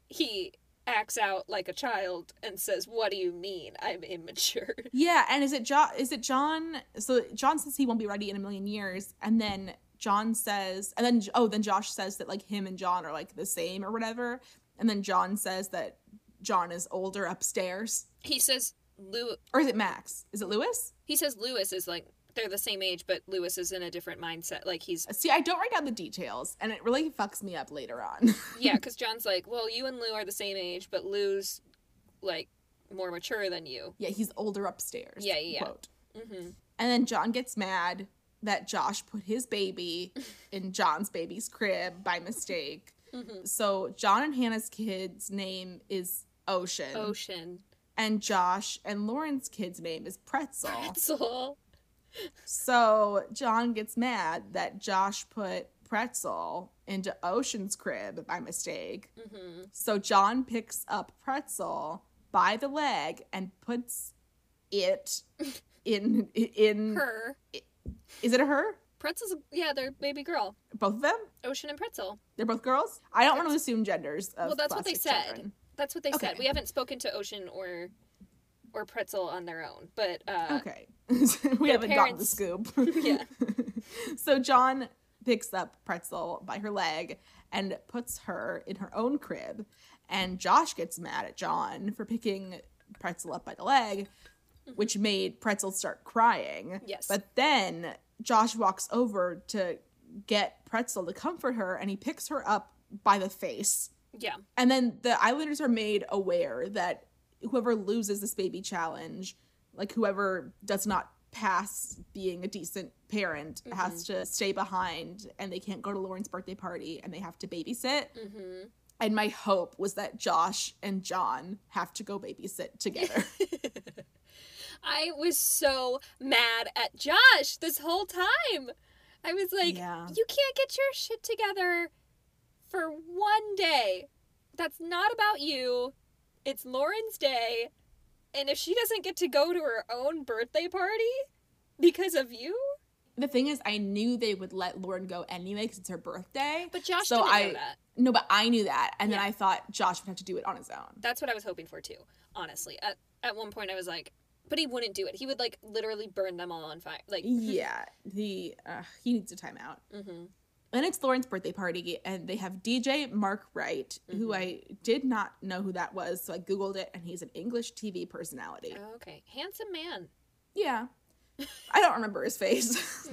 B: he acts out like a child and says, "What do you mean I'm immature?" [LAUGHS]
C: Yeah, and is it John? Is it John? So John says he won't be ready in a million years, and then John says, and then oh, then Josh says that like him and John are like the same or whatever, and then John says that John is older upstairs,
B: He says Lew-
C: or is it Max? Is it Lewis?
B: he says Lewis is like they're the same age, but Lewis is in a different mindset. Like he's
C: See, I don't write down the details, and it really fucks me up later on. [LAUGHS]
B: yeah, cuz John's like, "Well, you and Lou are the same age, but Lou's like more mature than you."
C: yeah, he's older upstairs.
B: Yeah, yeah, yeah.
C: Quote.
B: Mhm.
C: And then John gets mad that Josh put
B: [LAUGHS]
C: his baby in John's baby's crib by mistake.
B: Mhm.
C: So John and Hannah's kid's name is Ocean,
B: Ocean.
C: and Josh and Lauren's kid's name is Pretzel.
B: Pretzel.
C: so John gets mad that Josh put Pretzel into Ocean's crib by mistake.
B: Mhm.
C: So John picks up Pretzel by the leg and puts
B: [LAUGHS]
C: it in in
B: Her.
C: is it a her?
B: Pretzel's yeah, they're baby girl.
C: Both of them?
B: Ocean and Pretzel.
C: They're both girls? I don't want to assume genders. Of
B: Well, that's what they
C: plastic
B: said.
C: children.
B: That's what they said.
C: Okay.
B: We haven't spoken to Ocean or or Pretzel on their own, but uh,
C: Okay. [LAUGHS] we haven't gotten
B: parents-
C: the scoop.
B: [LAUGHS]
C: [LAUGHS]
B: Yeah.
C: so John picks up Pretzel by her leg and puts her in her own crib. And Josh gets mad at John for picking Pretzel up by the leg,
B: Mm-hmm.
C: which made Pretzel start crying.
B: Yes.
C: But then Josh walks over to get Pretzel to comfort her, and he picks her up by the face.
B: Yeah.
C: And then the Islanders are made aware that whoever loses this baby challenge, like whoever does not pass being a decent parent,
B: Mm-hmm.
C: has to stay behind and they can't go to Lauren's birthday party and they have to babysit.
B: Mm-hmm. [LAUGHS]
C: And my hope was that Josh and John have to
B: [LAUGHS]
C: go babysit together.
B: I was so mad at Josh this whole time. I was like,
C: Yeah.
B: you can't get your shit together for one day. That's not about you. It's Lauren's day. And if she doesn't get to go to her own birthday party because of you,
C: the thing is, I knew they would let Lauren go anyway because it's her birthday.
B: but Josh
C: So
B: didn't
C: I-
B: know that.
C: No, but I knew that. And
B: Yeah.
C: then I thought Josh would have to do it on his own.
B: That's what I was hoping for too, honestly. At at one point I was like, but he wouldn't do it. He would like literally burn them all on fire. Like, [LAUGHS]
C: yeah, he uh, he needs a timeout.
B: hmm
C: And it's Lauren's birthday party, and they have DJ Mark Wright, who
B: Mm-hmm.
C: I did not know who that was, so I googled it, and he's an English TV personality.
B: okay, handsome man.
C: Yeah, I don't remember
B: [LAUGHS]
C: his face.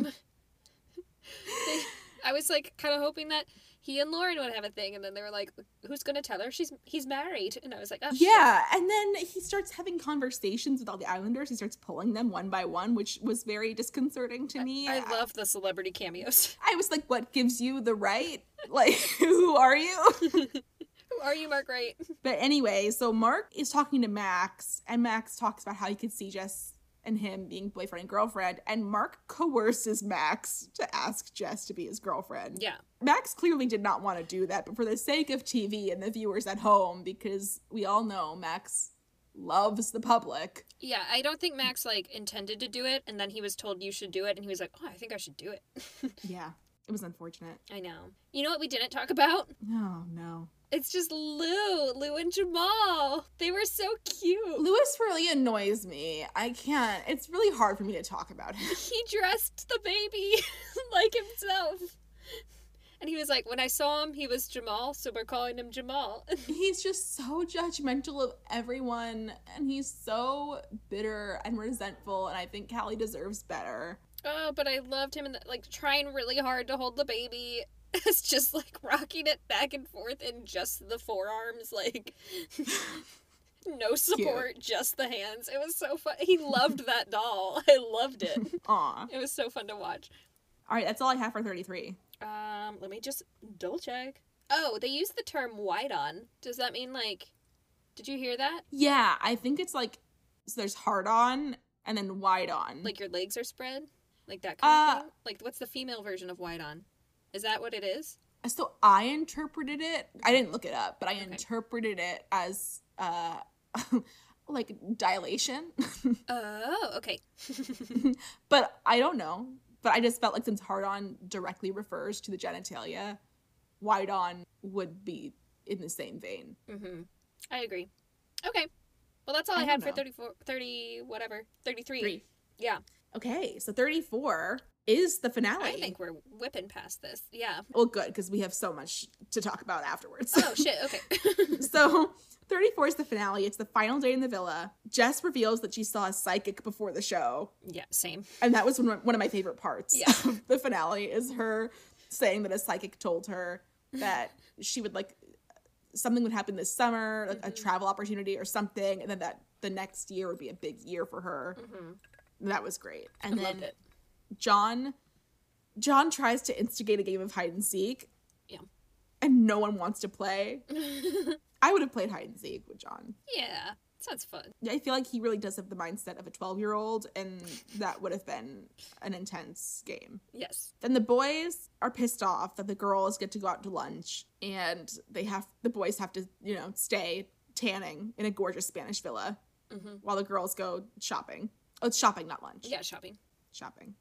C: [LAUGHS]
B: I was like kind of hoping that he and Lauren would have a thing, and then they were like, "Who's gonna tell her she's he's married?" And I was like, "Oh shit.
C: yeah, and then he starts having conversations with all the Islanders. He starts pulling them one by one, which was very disconcerting to me.
B: I love the celebrity cameos. [LAUGHS]
C: I was like, "What gives you the right? Like, [LAUGHS] who are you?"
B: Who are you, Mark Wright?
C: But anyway, so Mark is talking to Max, and Max talks about how he could see Jess and him being boyfriend and girlfriend, and Mark coerces Max to ask Jess to be his girlfriend.
B: [LAUGHS] yeah,
C: Max clearly did not want to do that, but for the sake of TV and the viewers at home, because we all know Max loves the public.
B: yeah. I don't think Max like intended to do it, and then he was told you should do it, and he was like, "Oh, I think I should do it." [LAUGHS]
C: Yeah, it was unfortunate.
B: I know. You know what we didn't talk about?
C: Oh, no.
B: It's just Lou, Lou and Jamal. They were so cute.
C: Lewis really annoys me. I can't, it's really hard for me to talk about him.
B: He dressed the baby [LAUGHS] like himself. And he was like, when I saw him, he was Jamal, so we're calling him Jamal. [LAUGHS]
C: he's just so judgmental of everyone and he's so bitter and resentful and i think callie deserves better
B: Oh, but I loved him and like trying really hard to hold the baby. [LAUGHS] It's just like rocking it back and forth in just the forearms, like [LAUGHS] no support, just the hands. It was so fun. He loved that doll. [LAUGHS] I loved it.
C: Aw.
B: It was so fun to watch.
C: all right that's all i have for 33
B: Um, let me just double check. Oh, they used the term white on. Does that mean like did you hear that?
C: yeah i think it's like so there's hard on and then wide on
B: Like your legs are spread? Like that kind
C: Uh,
B: of thing? Like what's the female version of white on? Is that what it is?
C: so i interpreted it i didn't look it up but i interpreted it as uh [LAUGHS] like dilation
B: Oh, okay.
C: but i don't know but i just felt like since hard on directly refers to the genitalia wide on would be in the same vein
B: [LAUGHS] Mm-hmm. I agree. Okay. Well, that's all I,
C: I don't
B: had for
C: know.
B: 34, 30, whatever, 33.
C: Three.
B: Yeah.
C: Okay, so 34 is the finale.
B: I think we're whipping past this. Yeah.
C: [LAUGHS] Well, good, because we have so much to talk about afterwards. [LAUGHS]
B: Oh, shit. Okay.
C: so 34 is the finale. It's the final day in the villa. Jess reveals that she saw a psychic before the show.
B: yeah, same.
C: And that was one of one of my favorite parts
B: Yeah.
C: [LAUGHS] of the finale is her saying that a psychic told her that she would like something would happen this summer, like a
B: Mm-hmm.
C: travel opportunity or something, and then that the next year would be a big year for her. That was great. And then
B: Mm-hmm. Loved it.
C: John John tries to instigate a game of hide and seek.
B: Yeah.
C: And no one wants to play.
B: [LAUGHS]
C: I would have played hide and seek with John.
B: Yeah. Sounds fun.
C: I feel like he really does have the mindset of a 12 year old, and that would have been an intense game.
B: Yes.
C: Then the boys are pissed off that the girls get to go out to lunch, and they have the boys have to, you know, stay tanning in a gorgeous Spanish villa
B: Mhm.
C: while the girls go shopping. Oh, it's shopping, not lunch.
B: Yeah, shopping.
C: Shopping.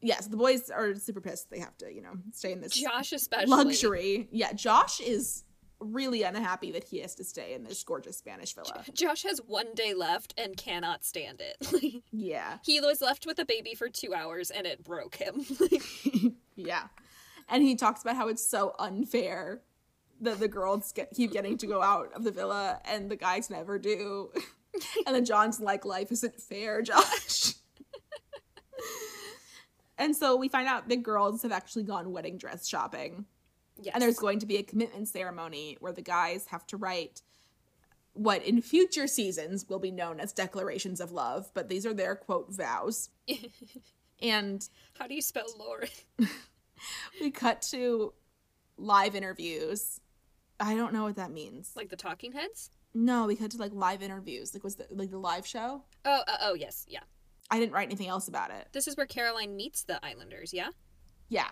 C: Yes, the boys are super pissed. They have to, you know, stay in this
B: Josh, especially.
C: luxury. Yeah, Josh is really unhappy that he has to stay in this gorgeous Spanish villa.
B: Josh has one day left and cannot stand it. [LAUGHS]
C: Yeah.
B: he was left with a baby for two hours and it broke him. [LAUGHS]
C: yeah. And he talks about how it's so unfair that the girls get, keep getting to go out of the villa and the guys never do. [LAUGHS] and then John's like, life isn't fair, Josh. [LAUGHS] and so we find out the girls have actually gone wedding dress shopping.
B: Yes.
C: And there's going to be a commitment ceremony where the guys have to write what in future seasons will be known as declarations of love, but these are their quote vows. and
B: How do you spell Lauren?
C: we [LAUGHS] cut to live interviews. I don't know what that means.
B: Like the Talking Heads?
C: No, we cut to like live interviews. Like was the like the live show?
B: Oh, uh, oh, yes, yeah.
C: I didn't write anything else about it.
B: This is where Caroline meets the Islanders, yeah?
C: Yeah.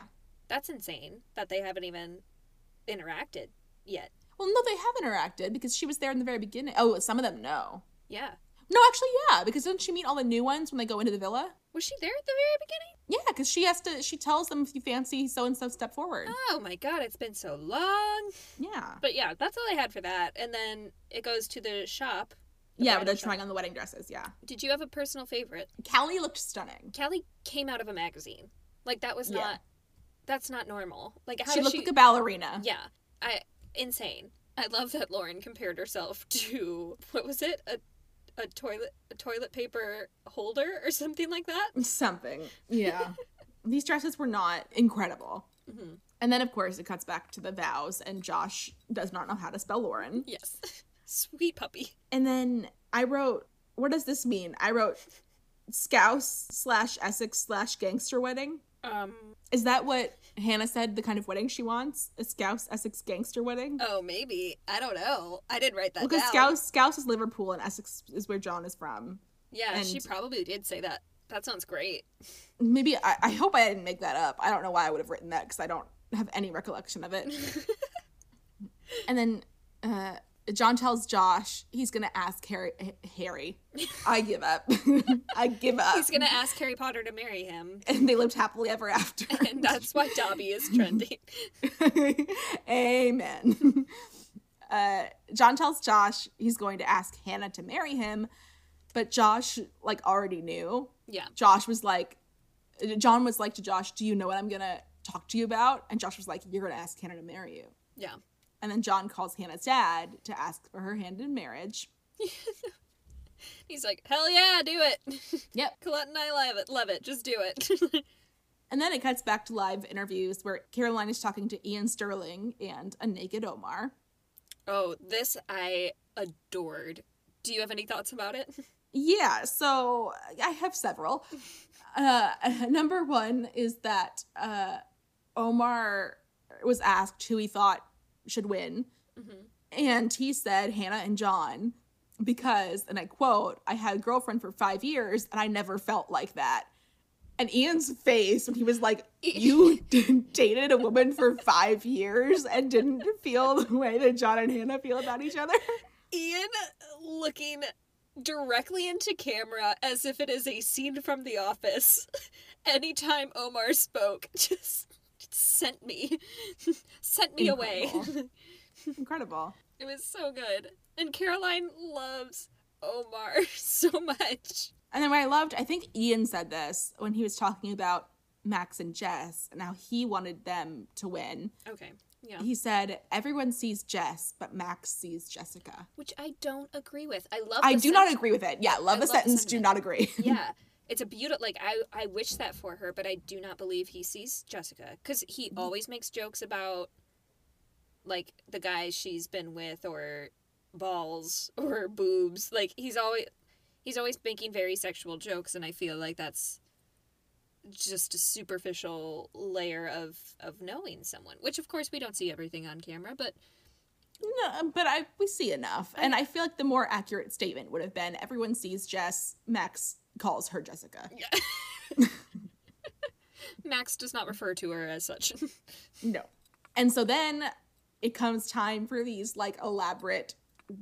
B: That's insane that they haven't even interacted yet.
C: Well, no, they have interacted because she was there in the very beginning. Oh, some of them no.
B: Yeah.
C: No, actually, yeah, because doesn't she meet all the new ones when they go into the villa?
B: Was she there at the very beginning?
C: Yeah, because she has to. She tells them if you fancy so and so, step forward.
B: Oh my god, it's been so long.
C: yeah,
B: But yeah, that's all I had for that. And then it goes to the shop. the
C: yeah, but they're
B: bridal shop.
C: trying on the wedding dresses. Yeah,
B: Did you have a personal favorite?
C: Callie looked stunning.
B: Callie came out of a magazine. Like that was
C: Yeah.
B: not that's not normal. Like how
C: she
B: does
C: looked
B: she
C: like a ballerina.
B: Yeah. I insane. I love that Lauren compared herself [LAUGHS] to what was it? A a toilet a toilet paper holder or something like that?
C: [LAUGHS] Something.
B: [LAUGHS]
C: Yeah. These dresses were not incredible.
B: Mhm.
C: And then, of course, it cuts back to the vows, and Josh does not know how to spell Lauren.
B: Yes. [LAUGHS] Sweet puppy.
C: And then I wrote, what does this mean? I wrote Scouse slash Essex slash gangster wedding.
B: Um
C: Is that what Hannah said the kind of wedding she wants? A Scouse Essex gangster wedding?
B: oh maybe. I don't know. I didn't write that
C: Because
B: down.
C: Scouse, Scouse is Liverpool and Essex is where John is from.
B: yeah, she
C: and-
B: probably did say that. That sounds great.
C: Maybe, I, I hope I didn't make that up. I don't know why I would have written that because I don't have any recollection
B: [LAUGHS]
C: of it. and then uh, John tells Josh he's going to ask Harry.
B: [LAUGHS]
C: Harry. I give up. I give up.
B: He's gonna ask Harry Potter to marry
C: [LAUGHS]
B: him.
C: and they lived happily ever after.
B: [LAUGHS] And that's why Dobby
C: [LAUGHS]
B: is trending.
C: Amen. [LAUGHS] Uh, John tells Josh he's going to ask Hannah to marry him, but Josh like already knew.
B: Yeah.
C: Josh was like, John was like to Josh, "Do you know what I'm gonna talk to you about?" And Josh was like, "You're gonna ask Hannah to marry you."
B: Yeah.
C: And then John calls Hannah's dad to ask for her hand in marriage.
B: He's like, Hell yeah, do it. [LAUGHS]
C: Yep.
B: Colette and I love it. Love it. Just do it. [LAUGHS]
C: And then it cuts back to live interviews where Caroline is talking to Ian Sterling and a naked Omar.
B: Oh, this I adored. Do you have any thoughts about it?
C: Yeah, so I have several. Uh, [LAUGHS] number one is that uh, Omar was asked who he thought should win, and he said Hannah and John because, and I quote, "I had a girlfriend for five years and I never felt like that." And Ian's face when he was like, "You dated a woman for five years and didn't feel the way that John and Hannah feel about each other."
B: Ian looking directly into camera as if it is a scene from The Office. [LAUGHS] Anytime Omar spoke, [LAUGHS] just sent me, [LAUGHS] sent me away.
C: Incredible. Incredible.
B: [LAUGHS] It was so good. And Caroline loves Omar [LAUGHS] so much.
C: And then what I loved, I think Ian said this when he was talking about Max and Jess and how he wanted them to win.
B: Okay. Yeah.
C: He said, Everyone sees Jess, but Max sees Jessica.
B: Which I don't agree with. I love
C: I
B: the
C: do not
B: sentiment.
C: agree with it. Yeah, love the
B: love the
C: sentence, do
B: sentiment.
C: not agree.
B: [LAUGHS]
C: [LAUGHS]
B: yeah. It's a beautiful like I I wish that for her, but I do not believe he sees Jessica cuz he
C: Mm-hmm.
B: always makes jokes about like the guys she's been with or balls [LAUGHS] or boobs. Like he's always he's always making very sexual jokes and I feel like that's just a superficial layer of of knowing someone, which of course we don't see everything on camera, but
C: no, but I we see enough. And I feel like the more accurate statement would have been everyone sees Jess, Max calls her Jessica.
B: Max does not refer to her as such. [LAUGHS]
C: No. And so then it comes time for these like elaborate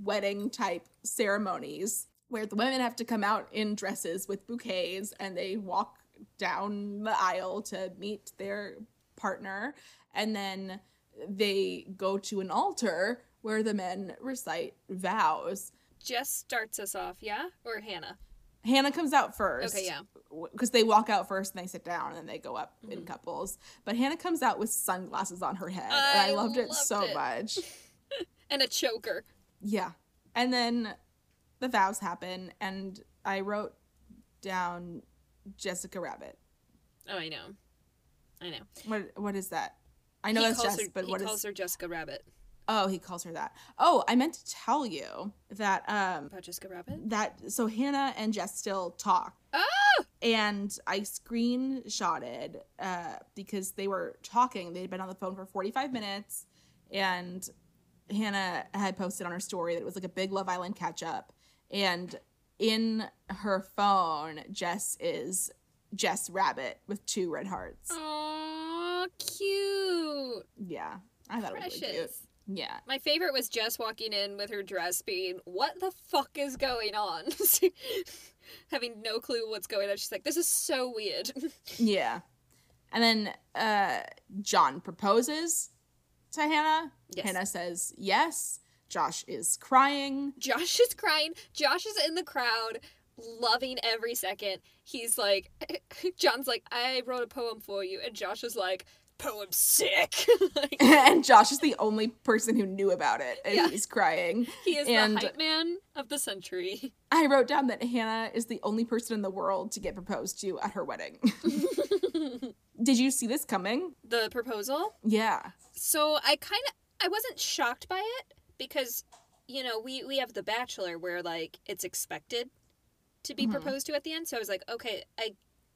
C: wedding type ceremonies where the women have to come out in dresses with bouquets and they walk down the aisle to meet their partner. And then they go to an altar where the men recite vows.
B: Jess starts us off, yeah? Or Hannah?
C: Hannah comes out first.
B: Okay, yeah.
C: Because they walk out first and they sit down and then they go up
B: Mm-hmm.
C: in couples. But Hannah comes out with sunglasses on her head. and I
B: I
C: loved it
B: loved
C: so
B: it.
C: much.
B: and a choker.
C: Yeah. And then the vows happen and I wrote down Jessica Rabbit.
B: Oh, I know. I know.
C: What what is that? I know
B: he
C: that's
B: calls
C: Jess,
B: her,
C: but
B: he
C: what is
B: calls her Jessica Rabbit.
C: Oh, he calls her that. Oh, I meant to tell you that um
B: About Jessica Rabbit?
C: that so Hannah and Jess still talk.
B: Oh!
C: And I screenshotted uh, because they were talking. They'd been on the phone for 45 minutes. And Hannah had posted on her story that it was like a big Love Island catch up. And in her phone, Jess is Jess Rabbit with two red hearts.
B: Oh, Aw, cute.
C: Yeah. I thought it was really cute.
B: Precious.
C: Yeah.
B: My favorite was Jess walking in with her dress being, What the fuck is going on? [LAUGHS] Having no clue what's going on. She's like, This is so weird. [LAUGHS]
C: Yeah. And then uh, John proposes to Hannah.
B: Yes.
C: Hannah says yes. Josh is crying. [LAUGHS]
B: Josh is crying. Josh is in the crowd, loving every second. He's like, [LAUGHS] John's like, I wrote a poem for you. And Josh is like, Poem sick. [LAUGHS] like,
C: and Josh is the only person who knew about it. And
B: Yeah.
C: he's crying.
B: he is
C: And-
B: the hype man of the century. [LAUGHS]
C: I wrote down that Hannah is the only person in the world to get proposed to at her wedding. [LAUGHS] Did you see this coming?
B: The proposal.
C: Yeah.
B: So I kind of, I wasn't shocked by it because, you know, we, we have The Bachelor where, like, it's expected to be
C: Mhm.
B: proposed to at the end. So I was like, okay, I.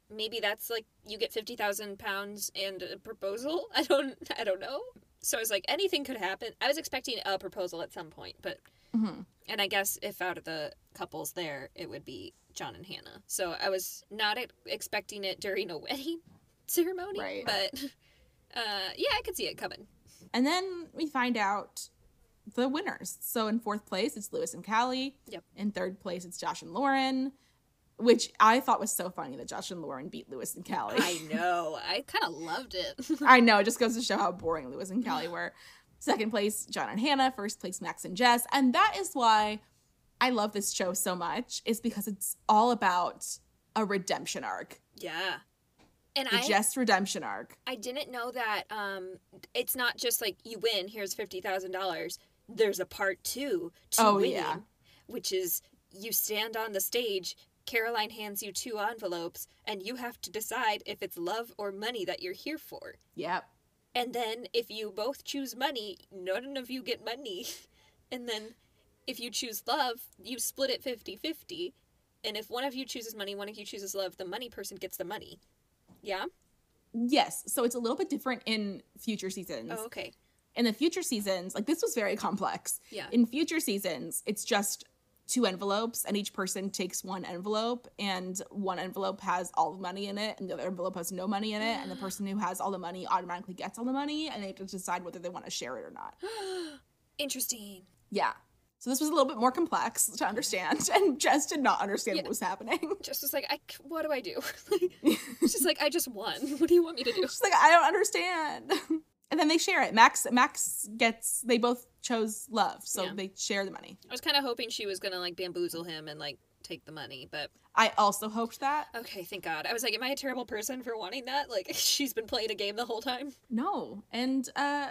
B: Maybe that's like you get fifty thousand pounds and a proposal. [LAUGHS] I don't, I don't know. so I was like, anything could happen. I was expecting a proposal at some point, but
C: Mhm.
B: and I guess if out of the couples there, it would be John and Hannah. So I was not e- expecting it during a [LAUGHS] wedding ceremony,
C: Right.
B: but [LAUGHS] uh, yeah, I could see it coming.
C: And then we find out the winners. So in fourth place, it's Lewis and Callie.
B: Yep.
C: In third place, it's Josh and Lauren, which I thought was so funny that Josh and Lauren beat Lewis and Callie. [LAUGHS]
B: I know. I kind of loved it. [LAUGHS]
C: I know, it just goes to show how boring Lewis and Callie were. Second place, John and Hannah. First place, Max and Jess. And that is why I love this show so much, is because it's all about a redemption arc.
B: yeah, and
C: The
B: I
C: Jess redemption arc.
B: I didn't know that um, it's not just like you win. Here's fifty thousand dollars. There's a part two to
C: Oh,
B: winning,
C: yeah.
B: which is you stand on the stage. Caroline hands you two envelopes, and you have to decide if it's love or money that you're here for.
C: Yep.
B: And then if you both choose money, none of you get money. [LAUGHS] And then if you choose love, you split it 50 50. And if one of you chooses money, one of you chooses love, the money person gets the money. Yeah?
C: Yes. So it's a little bit different in future seasons.
B: Oh, okay.
C: in the future seasons, like this was very complex.
B: Yeah.
C: In future seasons, it's just two envelopes and each person takes one envelope and one envelope has all the money in it and the other envelope has no money in it and the person who has all the money automatically gets all the money and they have to decide whether they want to share it or not.
B: Interesting.
C: Yeah. So this was a little bit more complex to understand [LAUGHS] and Jess did not understand what was happening. [LAUGHS]
B: Just was like, I, c- what do I do? [LAUGHS] Like, She's like, I just won. [LAUGHS] What do you want me to do?
C: She's like, I don't understand. [LAUGHS] And then they share it. Max Max gets they both chose love, so
B: Yeah.
C: they share the money.
B: I was kind of hoping she was going to like bamboozle him and like take the money, but
C: I also hoped that.
B: okay, thank God. I was like, am I a terrible person for wanting that? Like, [LAUGHS] she's been playing a game the whole time.
C: No. And uh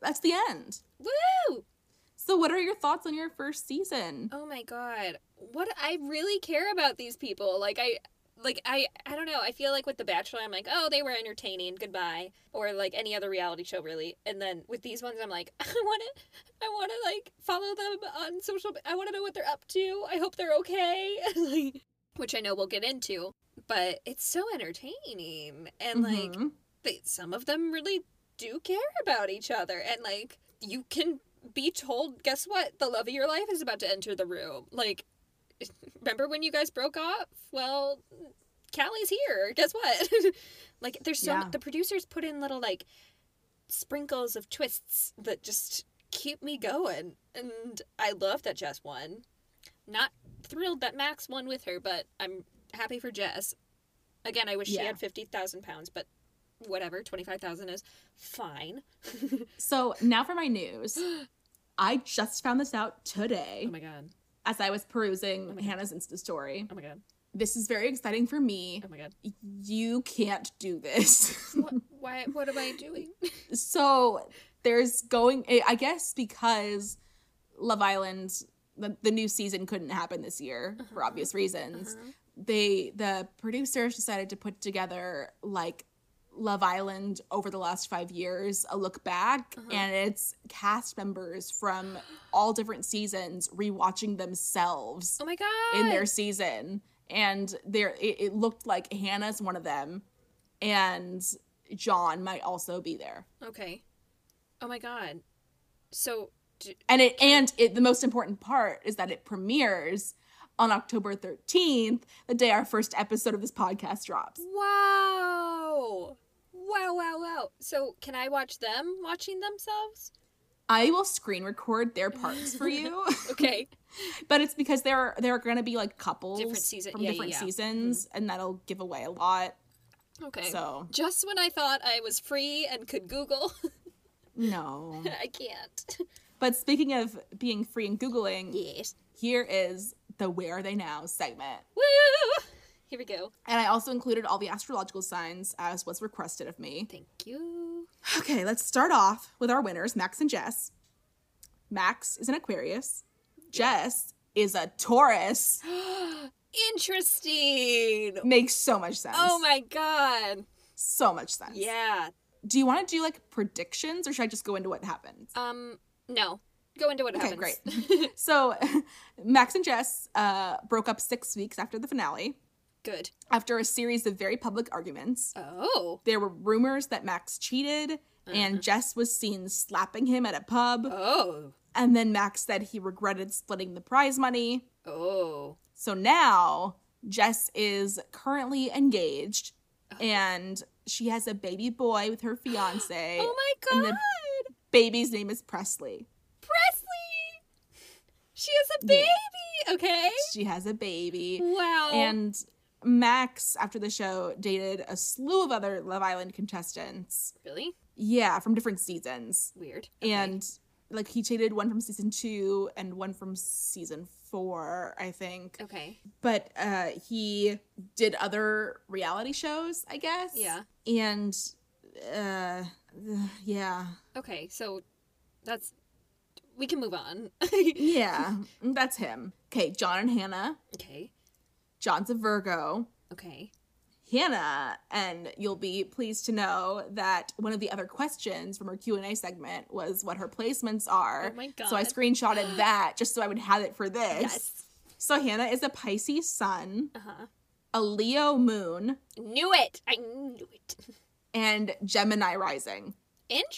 C: that's the end.
B: Woo!
C: So what are your thoughts on your first season?
B: Oh my god. What I really care about these people. Like I like I I don't know. I feel like with The Bachelor I'm like, "Oh, they were entertaining. Goodbye." Or like any other reality show really. And then with these ones I'm like, [LAUGHS] "I want to I want to like follow them on social I want to know what they're up to. I hope they're okay." [LAUGHS] like which I know we'll get into, but it's so entertaining. And like
C: Mhm.
B: they, some of them really do care about each other and like you can be told guess what the love of your life is about to enter the room like [LAUGHS] remember when you guys broke off well callie's here guess what [LAUGHS] like there's so
C: Yeah.
B: the producers put in little like sprinkles of twists that just keep me going and i love that jess won not thrilled that max won with her but i'm happy for jess again i wish
C: Yeah.
B: she had 50000 pounds but whatever 25,000 is fine. [GASPS]
C: So now for my news. I just found this out today.
B: Oh my god.
C: as I was perusing Hannah's Insta story.
B: Oh my god.
C: This is very exciting for me.
B: Oh my god.
C: You can't do this.
B: [LAUGHS] What, why? What am I [LAUGHS] doing?
C: [LAUGHS] so there's going I- i guess because love island the, the new season couldn't happen this year
B: Uh-huh.
C: for obvious reasons they the producers decided to put together like love island over the last five years a look back and it's cast members from all different seasons rewatching themselves
B: Oh my god.
C: in their season and there it, it looked like hannah's one of them and john might also be there
B: Okay. Oh my god. So. d
C: and it and it the most important part is that it premieres on october 13th the day our first episode of this podcast drops
B: wow. Wow. Wow. Wow. So can I watch them watching themselves?
C: i will screen record their parts for
B: [LAUGHS]
C: you
B: Okay.
C: but it's because there are there are going to be like couples
B: Different season-
C: from
B: yeah, yeah,
C: different
B: yeah. Mm-hmm.
C: seasons and that'll give away a lot
B: Okay.
C: so
B: Just when I thought I was free and could Google, [LAUGHS]
C: no
B: I can't.
C: but speaking of being free and googling
B: Yes.
C: here is the where are they now segment
B: Woo! Here we go.
C: and i also included all the astrological signs as was requested of me
B: Thank you.
C: okay let's start off with our winners max and jess max is an aquarius jess is a
B: [GASPS]
C: taurus
B: Interesting.
C: makes so much sense
B: Oh my god.
C: so much sense
B: Yeah.
C: do you want to do like predictions or should i just go into what happened
B: Um. No. Go into what
C: Okay,
B: happens. [LAUGHS]
C: great. so [LAUGHS] max and jess uh, broke up six weeks after the finale
B: Good.
C: after a series of very public arguments
B: Oh.
C: There were rumors that Max cheated, and Jess was seen slapping him at a pub.
B: Mm-hmm. Oh.
C: And then Max said he regretted splitting the prize money.
B: Oh.
C: So now Jess is currently engaged,
B: Oh.
C: and she has a baby boy with her fiance.
B: [GASPS] Oh my
C: and
B: god.
C: the baby's name is Presley.
B: Presley. She has a baby. Okay.
C: [LAUGHS] She has a baby.
B: Wow.
C: And Max, after the show, dated a slew of other Love Island contestants.
B: really
C: Yeah, from different seasons.
B: weird. Okay.
C: and like he dated one from season two and one from season four i think
B: okay.
C: but uh he did other reality shows i guess
B: Yeah.
C: and uh yeah
B: Okay. So that's we can move on. [LAUGHS]
C: yeah that's him okay john and hannah
B: okay.
C: john's a virgo
B: Okay.
C: hannah and you'll be pleased to know that one of the other questions from her q&a segment was what her placements are
B: Oh my
C: so i
B: God. [GASPS]
C: screenshotted that just so i would have it for this
B: Yes.
C: So Hannah is a Pisces sun,
B: Uh huh.
C: a Leo moon,
B: Knew it. I knew it.
C: and Gemini rising.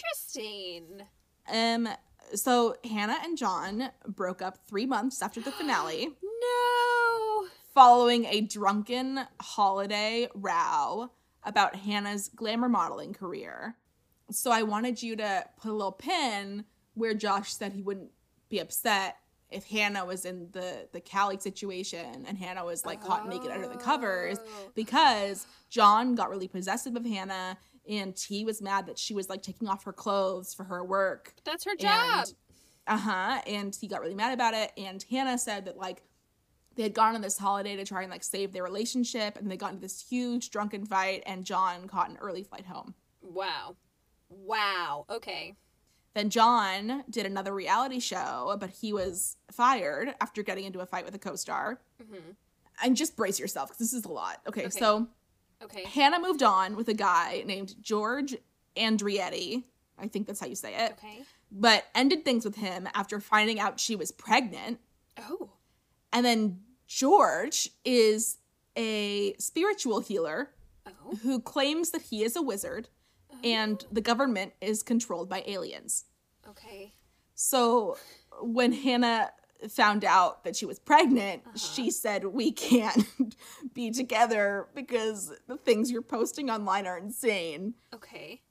B: Interesting.
C: Um so Hannah and John broke up 3 months after the finale
B: No.
C: following a drunken holiday row about Hannah's glamour modeling career. So I wanted you to put a little pin where Josh said he wouldn't be upset if Hannah was in the the Cali situation and Hannah was like caught naked under the covers
B: Oh.
C: because John got really possessive of Hannah and he was mad that she was like taking off her clothes for her work.
B: That's her job.
C: Uh huh. And he got really mad about it. And Hannah said that like they had gone on this holiday to try and like save their relationship, and they got into this huge drunken fight, and John caught an early flight home.
B: Wow. Wow. Okay.
C: Then John did another reality show, but he was fired after getting into a fight with a co-star.
B: Mhm.
C: And just brace yourself because this is a lot. okay,
B: Okay.
C: so
B: Okay.
C: Hannah moved on with a guy named George Andrietti. I think that's how you say it.
B: Okay.
C: But ended things with him after finding out she was pregnant.
B: Oh.
C: And then George is a spiritual healer
B: Oh.
C: who claims that he is a wizard and the government is controlled by aliens.
B: Okay.
C: So when Hannah found out that she was pregnant, she said, We can't [LAUGHS] be together because the things you're posting online are insane.
B: Okay.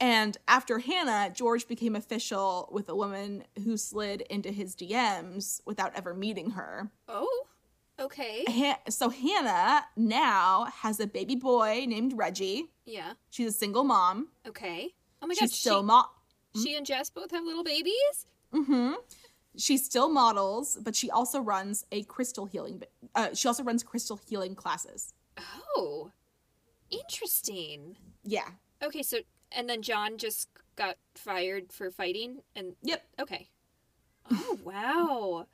C: And after Hannah, George became official with a woman who slid into his DMs without ever meeting her.
B: Oh. Okay.
C: Ha- so Hannah now has a baby boy named Reggie.
B: Yeah.
C: She's a single mom.
B: Okay. Oh my
C: She's
B: god.
C: still
B: she,
C: mom.
B: she and Jess both have little babies?
C: hmm She still models, but she also runs a crystal healing. Uh, she also runs crystal healing classes.
B: Oh, interesting.
C: Yeah.
B: Okay, so and then John just got fired for fighting, and
C: Yep.
B: okay. Oh [LAUGHS] wow,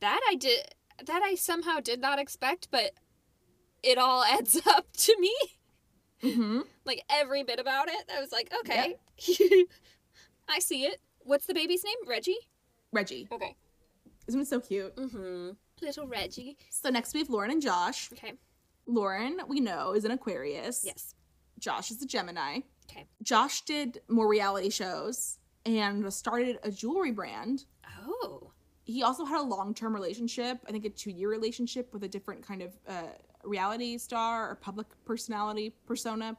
B: that I did that I somehow did not expect, but it all [LAUGHS] adds up to me.
C: Mm-hmm.
B: Like every bit about it, I was like, okay, [LAUGHS] I see it. What's the baby's name? Reggie.
C: Reggie,
B: Okay.
C: isn't it so cute?
B: Mm-hmm. Little Reggie.
C: So next we have Lauren and Josh.
B: Okay.
C: Lauren, we know, is an Aquarius.
B: Yes.
C: Josh is a Gemini.
B: Okay.
C: Josh did more reality shows and started a jewelry brand.
B: Oh.
C: He also had a long term relationship, I think a two year relationship with a different kind of uh, reality star or public personality persona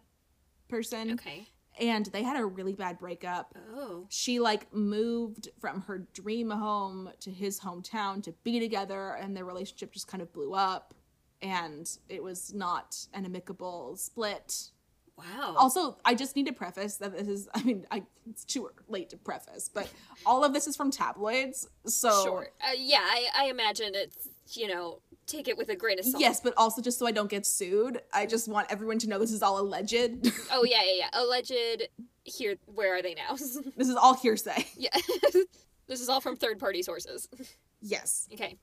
C: person.
B: Okay.
C: And they had a really bad breakup.
B: Oh.
C: She like moved from her dream home to his hometown to be together, and their relationship just kind of blew up. And it was not an amicable split.
B: Wow.
C: Also, I just need to preface that this is, I mean, I, it's too late to preface, but all of this is from tabloids. So,
B: Sure. Uh, yeah, I, I imagine it's, you know, take it with a grain of salt.
C: yes, but also just so I don't get sued, I just want everyone to know this is all alleged. [LAUGHS]
B: Oh, yeah, yeah, yeah. Alleged, here, where are they now? [LAUGHS]
C: this is all hearsay.
B: yeah. [LAUGHS] this is all from third party sources. [LAUGHS]
C: Yes.
B: Okay.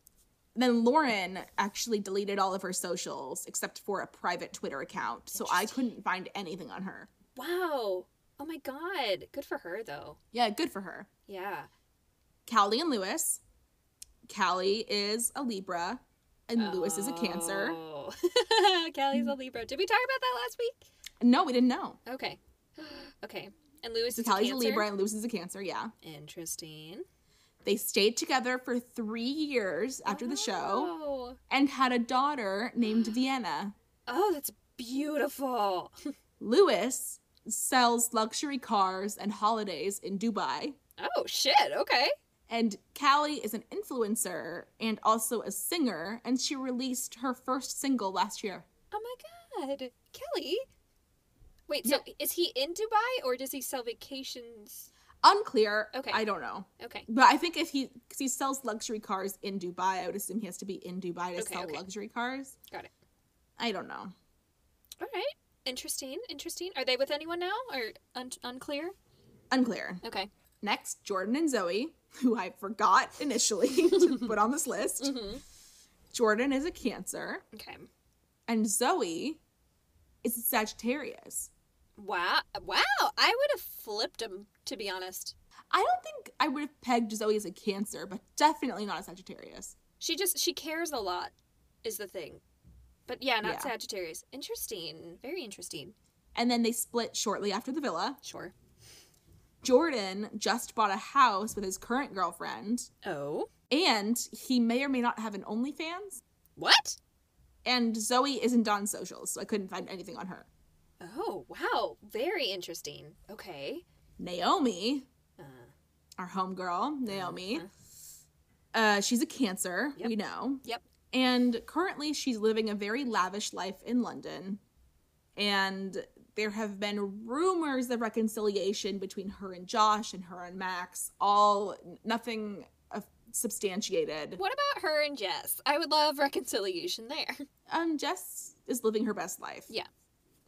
C: And then Lauren actually deleted all of her socials except for a private Twitter account. So I couldn't find anything on her.
B: Wow. Oh my God. Good for her, though.
C: Yeah, good for her.
B: Yeah.
C: Callie and Lewis. Callie is a Libra and Lewis is a Cancer. Mm.
B: Oh. [LAUGHS] Callie's a Libra. Did we talk about that last week?
C: No, we didn't know.
B: Okay. [GASPS] Okay. And Lewis is
C: Callie's
B: a,
C: a
B: Cancer?
C: Libra and Lewis is a Cancer, yeah.
B: Interesting.
C: They stayed together for three years after the show
B: Oh.
C: and had a daughter named Vienna.
B: Oh, that's beautiful.
C: Lewis sells luxury cars and holidays in Dubai.
B: Oh, shit. Okay.
C: And Callie is an influencer and also a singer, and she released her first single last year.
B: Oh my god. Kelly? Wait, so is he in Dubai or does he sell vacations?
C: Unclear.
B: Okay.
C: I don't know.
B: Okay.
C: But I think if he, because he sells luxury cars in Dubai, I would assume he has to be in Dubai to
B: Okay,
C: sell
B: okay.
C: luxury cars.
B: Got it.
C: I don't know.
B: All right. Interesting. Interesting. Are they with anyone now or un- unclear?
C: Unclear.
B: Okay.
C: Next, Jordan and Zoe, who I forgot initially [LAUGHS] to put on this list.
B: Mm-hmm.
C: Jordan is a Cancer,
B: Okay.
C: and Zoe is a Sagittarius.
B: Wow. Wow. I would have flipped him, to be honest.
C: I don't think I would have pegged Zoe as a Cancer, but definitely not a Sagittarius.
B: She just, she cares a lot, is the thing. But yeah, not
C: Yeah.
B: Sagittarius. Interesting. Very interesting.
C: And then they split shortly after the villa.
B: Sure.
C: Jordan just bought a house with his current girlfriend,
B: Oh.
C: and he may or may not have an OnlyFans.
B: What?
C: And Zoe isn't on socials, so I couldn't find anything on her.
B: Oh, wow. Very interesting. Okay.
C: Naomi,
B: Uh,
C: our homegirl, Naomi, uh, she's a Cancer, we know.
B: yep.
C: And currently, she's living a very lavish life in London. And there have been rumors of reconciliation between her and Josh and her and Max, all nothing uh, substantiated.
B: What about her and Jess? I would love reconciliation there. [LAUGHS]
C: Um, Jess is living her best life.
B: Yeah.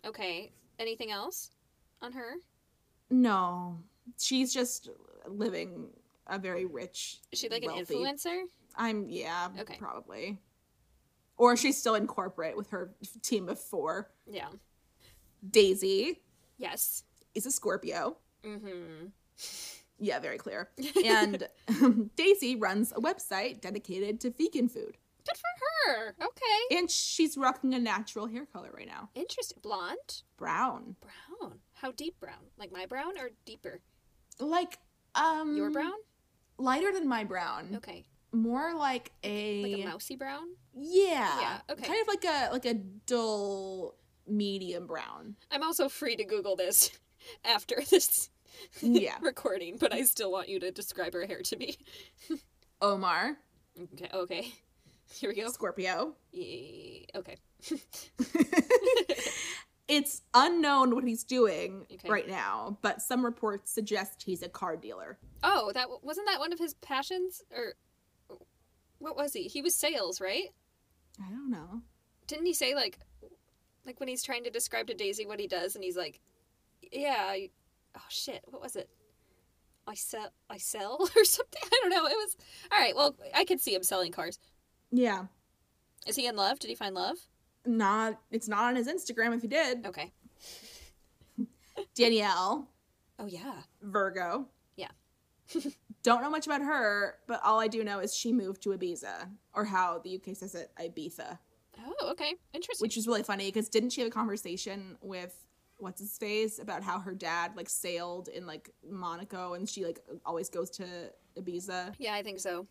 B: Okay. Anything else on her?
C: No, she's just living a very rich.
B: Is she like an
C: wealthy-
B: influencer?
C: I'm, yeah,
B: Okay.
C: probably. Or she's still in corporate with her team of four.
B: Yeah.
C: Daisy
B: Yes.
C: is a Scorpio.
B: Mm-hmm.
C: Yeah, very
B: [LAUGHS]
C: clear. And [LAUGHS] Daisy runs a website dedicated to vegan food.
B: Good for her. Okay.
C: And she's rocking a natural hair color right now
B: Interesting. Blonde?
C: brown.
B: Brown. How deep brown? Like my brown or deeper?
C: Like, um.
B: Your brown?
C: Lighter than my brown.
B: Okay.
C: More like a.
B: Like a mousy brown?
C: Yeah.
B: Yeah, okay.
C: Kind of like a like a dull
B: [LAUGHS]
C: medium brown.
B: I'm also free to Google this [LAUGHS] after this
C: Yeah.
B: recording, but I still want you to describe her hair to me.
C: Omar,
B: Okay. Okay.
C: [LAUGHS]
B: Here we go.
C: Scorpio.
B: Yeah, Okay.
C: [LAUGHS] It's unknown what he's doing
B: Okay.
C: right now, but some reports suggest he's a car dealer.
B: [LAUGHS] Oh, that wasn't that one of his passions or what was he? He was sales, right?
C: I don't know.
B: Didn't he say like like when he's trying to describe to Daisy what he does and he's like, "Yeah, I, oh shit, what was it? I sell I sell [LAUGHS] or something. I don't know. It was All right, well, I could see him selling cars.
C: Yeah,
B: Is he in love? Did he find love?
C: not. It's not on his Instagram. If he did,
B: Okay.
C: Danielle
B: Oh yeah.
C: Virgo.
B: Yeah.
C: [LAUGHS] don't know much about her, but all I do know is she moved to Ibiza, or how the UK says it, Ibiza,
B: Oh, okay. Interesting.
C: which is really funny because didn't she have a conversation with what's his face about how her dad like sailed in like Monaco and she like always goes to Ibiza,
B: yeah, I think so.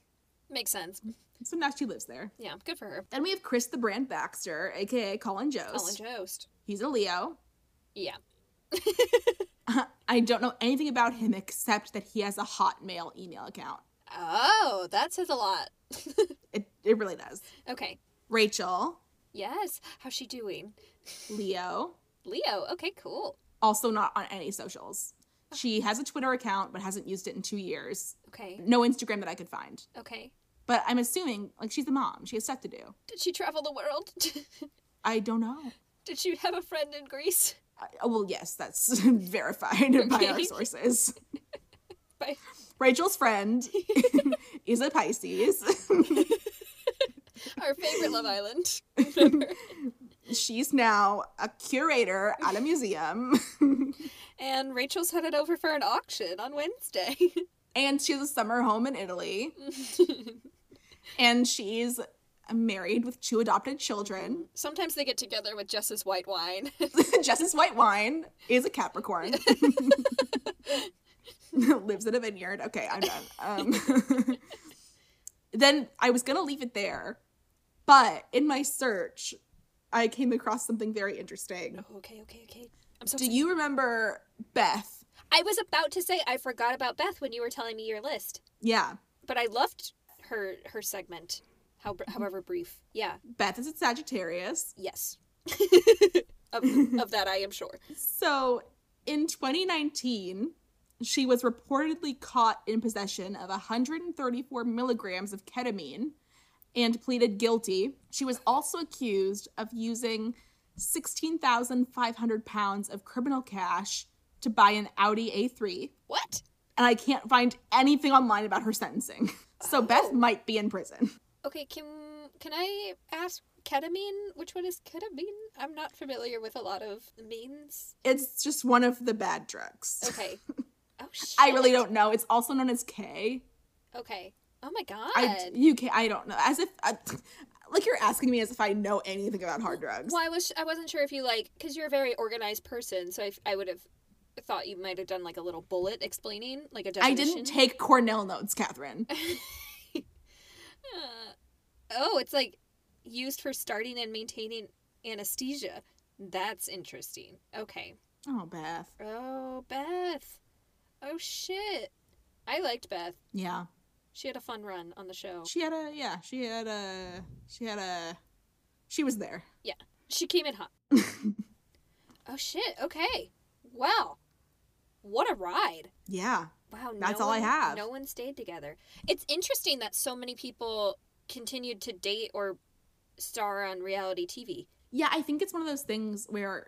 B: Makes sense.
C: so now she lives there.
B: Yeah, good for her.
C: Then we have Chris the Brand Baxter, aka Colin Jost.
B: Colin Jost.
C: He's a Leo. [LAUGHS]
B: Yeah.
C: I don't know anything about him except that he has a Hotmail email account.
B: Oh, that says a lot.
C: It, it really does.
B: okay.
C: Rachel,
B: Yes. How's she doing?
C: Leo,
B: Leo. Okay, cool.
C: also not on any socials. She has a Twitter account but hasn't used it in two years.
B: Okay.
C: No Instagram that I could find.
B: Okay.
C: But I'm assuming, like, she's a mom. She has stuff to do.
B: Did she travel the world? [LAUGHS]
C: I don't know.
B: Did she have a friend in Greece?
C: I, oh, well, yes, that's [LAUGHS] verified by our
B: Okay. [LAUGHS]
C: sources.
B: By- [LAUGHS]
C: Rachel's friend is a Pisces.
B: Our favorite Love Island.
C: She's now a curator at a museum. [LAUGHS]
B: And Rachel's headed over for an auction on [LAUGHS] Wednesday.
C: and she has a summer home in Italy. and she's married with two adopted children. [LAUGHS]
B: Sometimes they get together with Jess's white wine. [LAUGHS]
C: Jess's white wine is a Capricorn. [LAUGHS] Lives in a vineyard. Okay, I'm done. Um, [LAUGHS] then I was going to leave it there, but in my search, I came across something very interesting.
B: Oh, okay, okay, okay. I'm so
C: Do you remember Beth?
B: I was about to say I forgot about Beth when you were telling me your list,
C: Yeah.
B: but I loved her her segment, how, however brief. Yeah.
C: Beth is a Sagittarius.
B: Yes. [LAUGHS] of, of that, I am sure.
C: So in 2019, she was reportedly caught in possession of 134 milligrams of ketamine and pleaded guilty. She was also accused of using 16,500 pounds of criminal cash to buy an Audi A3.
B: What?
C: And I can't find anything online about her sentencing. So Beth might be in prison.
B: Okay, can can I ask ketamine? Which one is ketamine? I'm not familiar with a lot of means.
C: It's just one of the bad drugs. [LAUGHS]
B: Okay. Oh shit.
C: I really don't know. It's also known as K.
B: Okay. Oh my god.
C: I you can I don't know as if I, like you're asking me as if I know anything about hard drugs.
B: well, I was I wasn't sure if you like because you're a very organized person, so I, I would have thought you might have done like a little bullet explaining like a
C: I
B: definition.
C: didn't take Cornell notes, Catherine.
B: [LAUGHS] Uh, oh, it's like used for starting and maintaining anesthesia. That's interesting. Okay.
C: Oh, Beth.
B: Oh, Beth. Oh shit. I liked Beth.
C: Yeah,
B: She had a fun run on the show.
C: she had a yeah, she had a she had a she was there.
B: She came
C: [LAUGHS]
B: in hot. oh shit. Okay. Wow. What a ride.
C: Yeah,
B: Wow. no
C: That's all I
B: one-
C: have.
B: No one stayed together. It's interesting that so many people continued to date or star on reality TV.
C: yeah. I think it's one of those things where,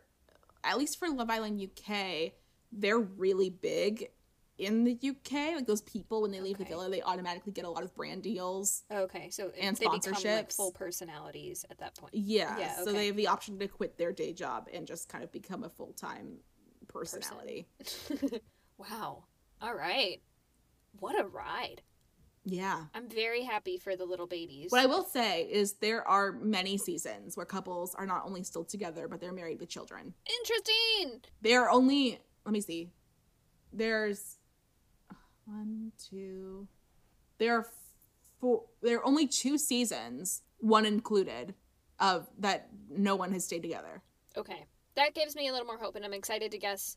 C: at least for Love Island UK, they're really big in the UK. Like those people when they leave the
B: Okay.
C: villa, they automatically get a lot of brand deals.
B: Oh, Okay, so it-
C: And
B: they become like
C: sponsorships.
B: full personalities at that point.
C: Yeah.
B: Yeah,
C: So
B: okay.
C: they have the option to quit their day job and just kind of become a full time personality.
B: [LAUGHS] wow. All right. What a ride.
C: Yeah.
B: I'm very happy for the little babies.
C: What I will say is there are many seasons where couples are not only still together, but they're married with children.
B: Interesting.
C: There are only, let me see, there's one, two, there are four, there are only two seasons, one included, of that no one has stayed together.
B: Okay. That gives me a little more hope, and I'm excited to guess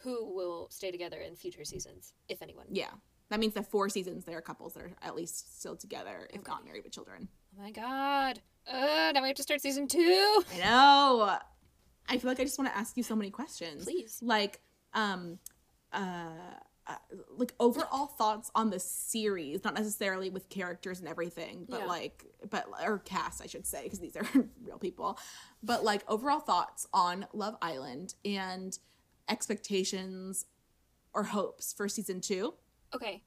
B: who will stay together in future seasons, if anyone.
C: Yeah. That means that four seasons there are couples that are at least still together, if not married with children.
B: Oh my god. Uh, now we have to start season two.
C: I know. I feel like I just want to ask you so many questions.
B: Please.
C: Like, um, uh, uh, like overall thoughts on the series, not necessarily with characters and everything, but
B: Yeah.
C: like, but or cast, I should say, because these are [LAUGHS] real people. But like overall thoughts on Love Island and expectations or hopes for
B: [LAUGHS]
C: season two.
B: Okay.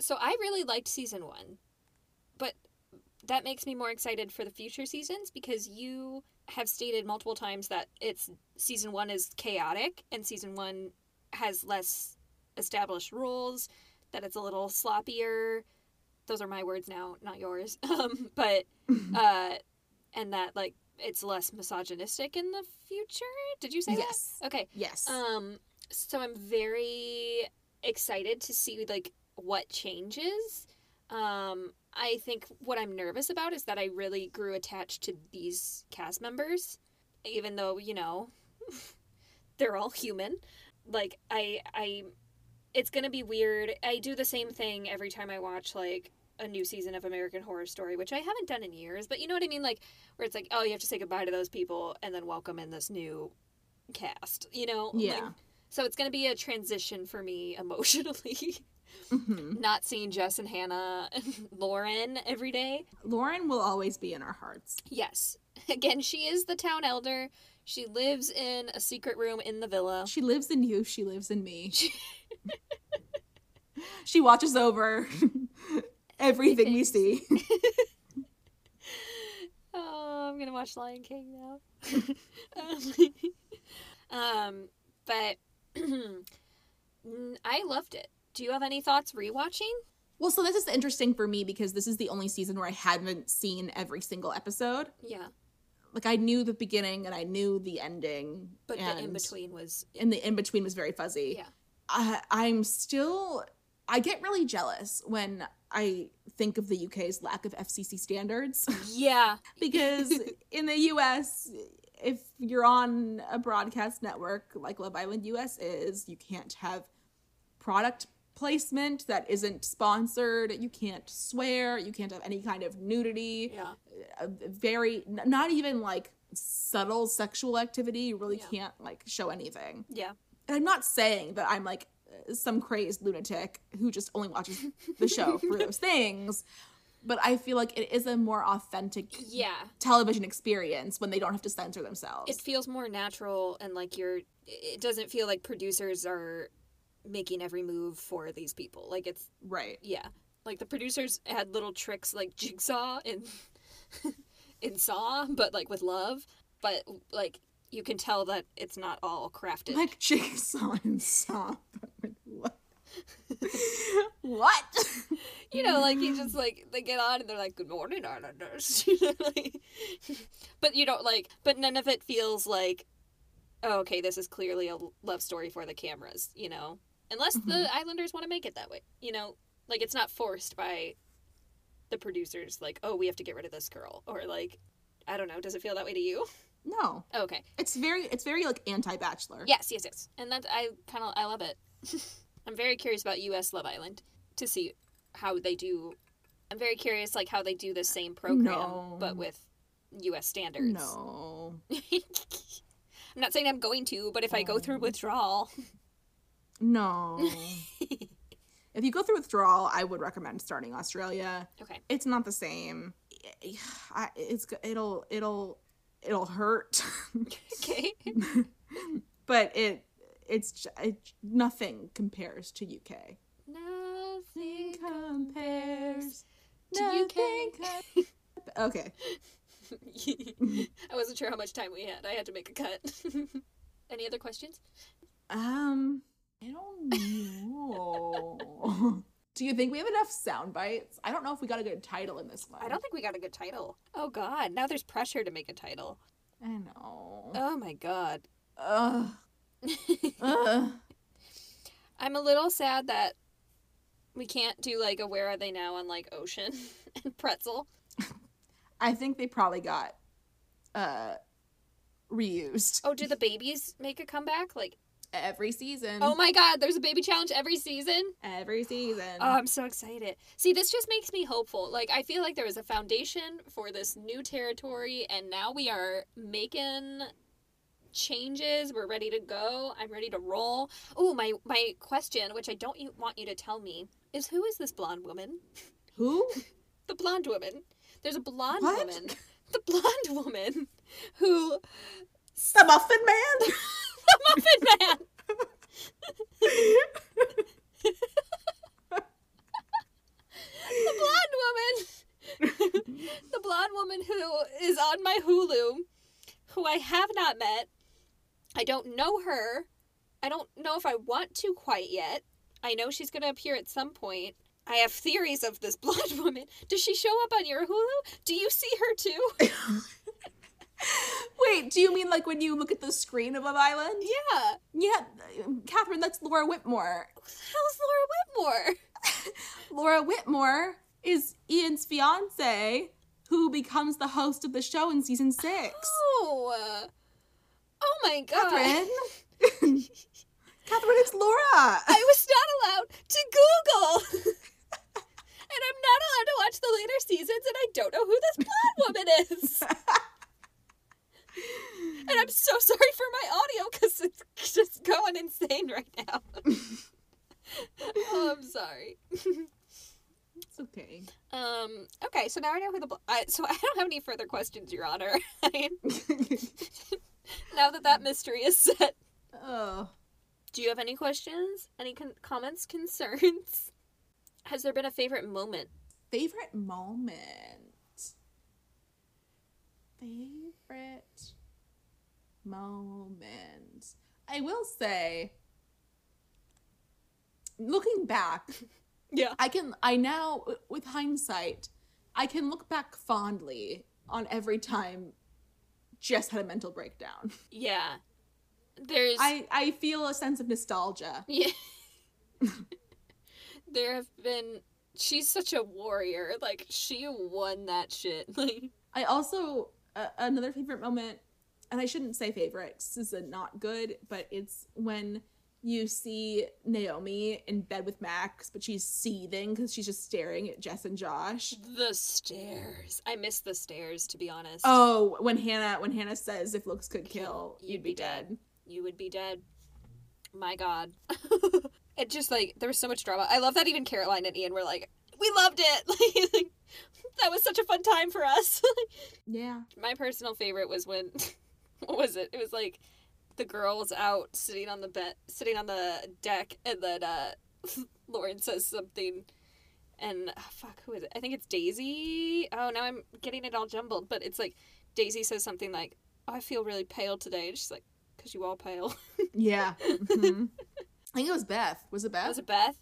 B: So I really liked season one, but that makes me more excited for the future seasons because you have stated multiple times that it's season one is chaotic and season one has less established rules, that it's a little sloppier. Those are my words now, not yours. [LAUGHS] Um, but uh, and that like it's less misogynistic in the future. Did you say
C: Yes.
B: that? Okay.
C: Yes.
B: Um, so I'm very excited to see like what changes. Um, I think what I'm nervous about is that I really grew attached to these cast members, even though you know they're all human. Like I, I, it's gonna be weird. I do the same thing every time I watch like a new season of American Horror Story, which I haven't done in years. But you know what I mean, like where it's like, oh, you have to say goodbye to those people and then welcome in this new cast. You know, Like,
C: yeah.
B: so it's going to be a transition for me [LAUGHS] emotionally.
C: Mhm.
B: Not seeing Jess and Hannah and Lauren every day.
C: Lauren will always be in our hearts.
B: Yes. Again, she is the town elder. She lives in a secret room in the villa.
C: She lives in you. She lives in me. [LAUGHS] she watches over [LAUGHS] everything we see. [LAUGHS]
B: Oh, I'm going to watch Lion King [LAUGHS] now. um, but [CLEARS THROAT] mm, I loved it. Do you have any thoughts rewatching?
C: Well, so this is interesting for me because this is the only season where I haven't seen every single episode.
B: Yeah.
C: Like I knew the beginning and I knew the ending,
B: But the
C: and-
B: in between was.
C: and the in between was very fuzzy.
B: Yeah.
C: I, I'm still. I get really jealous when I think of the UK's lack of FCC standards.
B: [LAUGHS]
C: [LAUGHS]
B: Yeah. [LAUGHS]
C: because in the US if you're on a broadcast network like Love Island US is you can't have product placement that isn't sponsored you can't swear you can't have any kind of nudity
B: Yeah.
C: a very n- not even like subtle sexual activity you really
B: Yeah.
C: can't like show anything
B: Yeah.
C: and I'm not saying that I'm like some crazed lunatic who just only watches the show
B: [LAUGHS]
C: for those things but I feel like it is a more authentic
B: Yeah.
C: television experience when they don't have to censor themselves.
B: it feels more natural and like you're it doesn't feel like producers are making every move for these people like it's
C: right.
B: yeah like the producers had little tricks like jigsaw [LAUGHS] in in saw but like with love but like you can tell that it's not all crafted
C: Like jigsaw and saw. [LAUGHS] but with what? what?
B: you know like you just like they get on and they're like good morning islanders [LAUGHS] You know, like- but you don't like but none of it feels like oh, okay this is clearly a love story for the cameras you know unless the islanders want to make it that way you know like it's not forced by the producers like oh we have to get rid of this girl or like i don't know does it feel that way to you
C: [LAUGHS]
B: [LAUGHS]
C: No,
B: okay
C: it's very it's very like anti-bachelor.
B: yes yes yes and that i kind of i love it [LAUGHS] i'm very curious about us love island to see how they do i'm very curious like how they do the same program
C: No.
B: but with us standards
C: No.
B: [LAUGHS] I'm not saying I'm going to, but if I go through withdrawal, [LAUGHS]
C: No. [LAUGHS] if you go through withdrawal, I would recommend starting Australia.
B: okay,
C: It's not the same. I- It's it'll it'll it'll hurt. [LAUGHS]
B: okay,
C: but it it's j- it, nothing compares to UK.
B: nothing.
C: compares.
B: to UK.
C: nothing com- [LAUGHS] okay.
B: [LAUGHS] I wasn't sure how much time we had. I had to make a cut. [LAUGHS] Any other questions?
C: Um, I don't know. [LAUGHS] Do you think we have enough sound bites? I don't know if we got a good title in this one.
B: I don't think we got a good title. Oh God, now there's pressure to make a title.
C: I know.
B: Oh my God,
C: Ugh. Ugh.
B: I'm a little sad that we can't do like a Where Are They Now on like Ocean [LAUGHS] and Pretzel.
C: I think they probably got uh reused
B: Oh, do the babies make a comeback? Like,
C: every season.
B: oh my God, there's a baby challenge every season.
C: every season.
B: Oh, I'm so excited. See, this just makes me hopeful. Like, I feel like there was a foundation for this new territory, and now we are making changes. We're ready to go. I'm ready to roll. Oh, my my question, which I don't you, want you to tell me, is who is this blonde woman?
C: Who? [LAUGHS]
B: The blonde woman. There's a blonde
C: What?
B: woman. [LAUGHS] The blonde woman who [LAUGHS]
C: The Muffin Man?
B: the Muffin Man. the blonde woman. the blonde woman who is on my Hulu, who I have not met. I don't know her. I don't know if I want to quite yet. I know she's going to appear at some point. I have theories of this [LAUGHS] blonde woman. Does she show up on your Hulu? Do you see her too?
C: [LAUGHS] Wait, do you mean like when you look at the screen of Love Island?
B: Yeah.
C: Yeah, Catherine, that's Laura Whitmore.
B: How's Laura Whitmore?
C: Laura Whitmore is Ian's fiance, who becomes the host of the show in season [GASPS] six.
B: Oh. Oh my god.
C: Catherine, [LAUGHS] Catherine, it's Laura.
B: I was not allowed to Google. [LAUGHS] and I'm not allowed to watch the later seasons, and I don't know who this blonde woman is. and I'm so sorry for my audio because it's just going insane right now. oh, I'm sorry.
C: It's [LAUGHS] okay.
B: Um. Okay, so now I know who the. Bl- I, so I don't have any further questions, Your Honor. [LAUGHS] now that that mystery is set,
C: oh,
B: do you have any questions? Any con- comments? [LAUGHS] Concerns? Has there been a favorite moment
C: favorite moment. Favorite moment. I will say, looking back,
B: Yeah.
C: I can I now w- with hindsight, I can look back fondly on every time Jess had a mental breakdown.
B: Yeah. There's
C: I I feel a sense of nostalgia.
B: [LAUGHS] Yeah. there have been she's such a warrior. Like she won that shit. [LAUGHS] Like
C: I also uh, another favorite moment, and I shouldn't say favorite. 'cause This is a not good, but it's when you see Naomi in bed with Max, but she's seething because she's just staring at Jess and Josh.
B: the stairs. I miss the stairs to be honest.
C: Oh, when Hannah when Hannah says, "If looks could kill, you'd be dead."
B: You would be dead. My god. [LAUGHS] it just like there was so much drama. I love that even Caroline and Ian were like, "We loved it." [LAUGHS] like that was such a fun time for us.
C: Yeah.
B: my personal favorite was when [LAUGHS] what was it? It was like the girl was out sitting on the bed sitting on the deck and then uh [LAUGHS] Lauren says something and oh, fuck who is it? I think it's Daisy. Oh now I'm getting it all jumbled, but it's like Daisy says something like, oh, I feel really pale today and she's like, Cause you all pale. [LAUGHS]
C: [LAUGHS] Yeah. Mhm. I think it was Beth. Was it Beth?
B: was it Beth?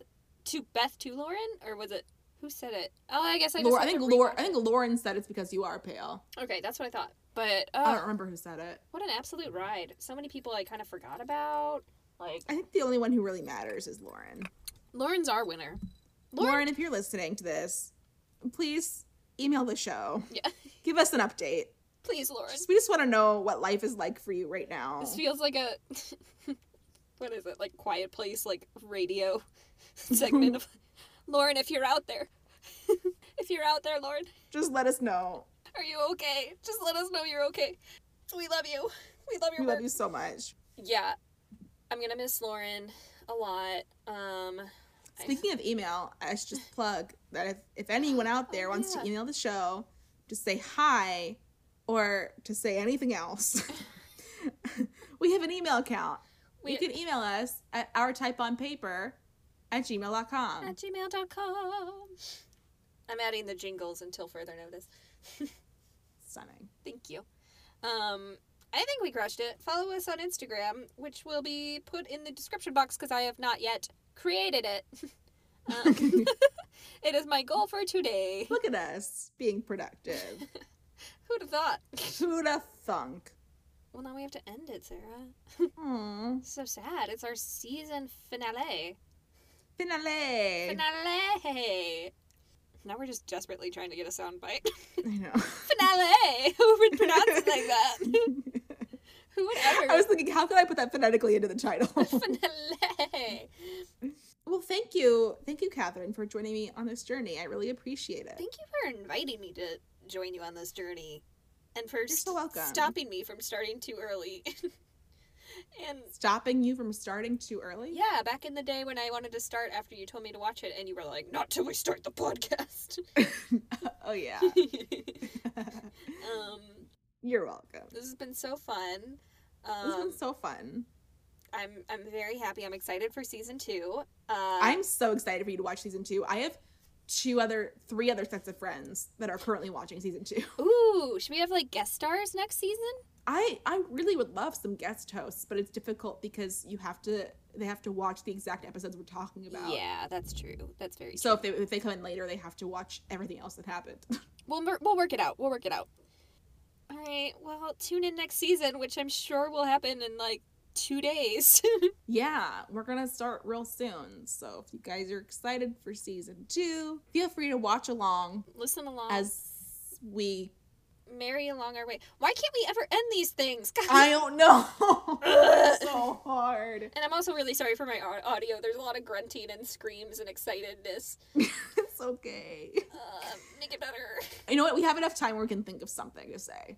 B: To Beth to Lauren? Or was it who said it? Oh I guess I just
C: Laura, I
B: have
C: think
B: to
C: Laura,
B: rewatch
C: I think Lauren said it's because you are pale.
B: it. Okay, that's what I thought. But
C: I
B: oh,
C: don't remember who said it.
B: what an absolute ride. So many people I kind of forgot about. Like
C: I think the only one who really matters is Lauren.
B: Lauren's our winner.
C: Lauren,
B: Lauren-
C: if you're listening to this, please email the show.
B: Yeah.
C: [LAUGHS] Give us an update.
B: Please, Lauren.
C: Just- we just want to know what life is like for you right now.
B: This feels like a [LAUGHS] what is it? Like quiet place, like
C: [LAUGHS]
B: radio segment of Lauren, if you're out there. [LAUGHS] if you're out there, Lauren,
C: Just let us know.
B: are you okay? Just let us know you're okay. We love you. We love your
C: We
B: work.
C: love you so much.
B: Yeah. I'm gonna miss Lauren a lot. Um I-
C: Speaking of email, I should just plug that if, if
B: [GASPS]
C: anyone out there wants
B: Oh, yeah.
C: to email the show to say hi or to say
B: [LAUGHS]
C: anything else, [LAUGHS] we have an email account.
B: we,
C: you can email us at our type on paper at gmail.com.
B: at gmail.com. I'm adding the jingles until further notice.
C: Stunning.
B: Thank you. Um, I think we crushed it. Follow us on Instagram, which will be put in the description box because I have not yet created it. [LAUGHS] um, [LAUGHS] it is my goal for today.
C: Look at us
B: [LAUGHS]
C: being productive.
B: Who'd have thought? [LAUGHS]
C: Who'd have thunk?
B: Well, now we have to end it, Sarah.
C: Aw.
B: So sad. It's our season finale.
C: Finale.
B: Finale. Now we're just desperately trying to get a soundbite.
C: [LAUGHS] I know.
B: [LAUGHS] finale. [LAUGHS] Who would pronounce
C: [LAUGHS]
B: it like that? Who would ever?
C: I was thinking, how could I put that phonetically into the
B: [LAUGHS]
C: title? [LAUGHS]
B: finale.
C: well, thank you. Thank you, Catherine, for joining me on this journey. I really appreciate it.
B: Thank you for inviting me to join you on this journey and for
C: so
B: st-
C: welcome.
B: stopping me from starting too early. [LAUGHS] And
C: Stopping you from starting too early?
B: yeah, back in the day when I wanted to start after you told me to watch it and you were like, not till we start the podcast. [LAUGHS]
C: Oh, yeah. [LAUGHS]
B: um,
C: You're welcome.
B: this has been so fun.
C: This has
B: Um,
C: been so fun.
B: I'm I'm very happy. I'm excited for season two. Uh,
C: I'm so excited for you to watch season two. I have two other, three other sets of friends that are currently watching season two. [LAUGHS]
B: Ooh, should we have like guest stars next season?
C: I I really would love some guest hosts, but it's difficult because you have to they have to watch the exact episodes we're talking about.
B: Yeah, that's true. That's very
C: So if they if they come in later, they have to watch everything else that happened.
B: We'll mer- we'll work it out. We'll work it out. All right. Well, tune in next season, which I'm sure will happen in like two days. [LAUGHS]
C: yeah, we're gonna start real soon. So if you guys are excited for season two, feel free to watch along
B: Listen along,
C: as we.
B: marry along our way. Why can't we ever end these things? [LAUGHS] God.
C: [LAUGHS] I don't know. It's [LAUGHS] so hard.
B: and I'm also really sorry for my au- audio. There's a lot of grunting and screams and excitedness.
C: It's okay.
B: Uh, make it better.
C: You know what? We have enough time. where We can think of something to say.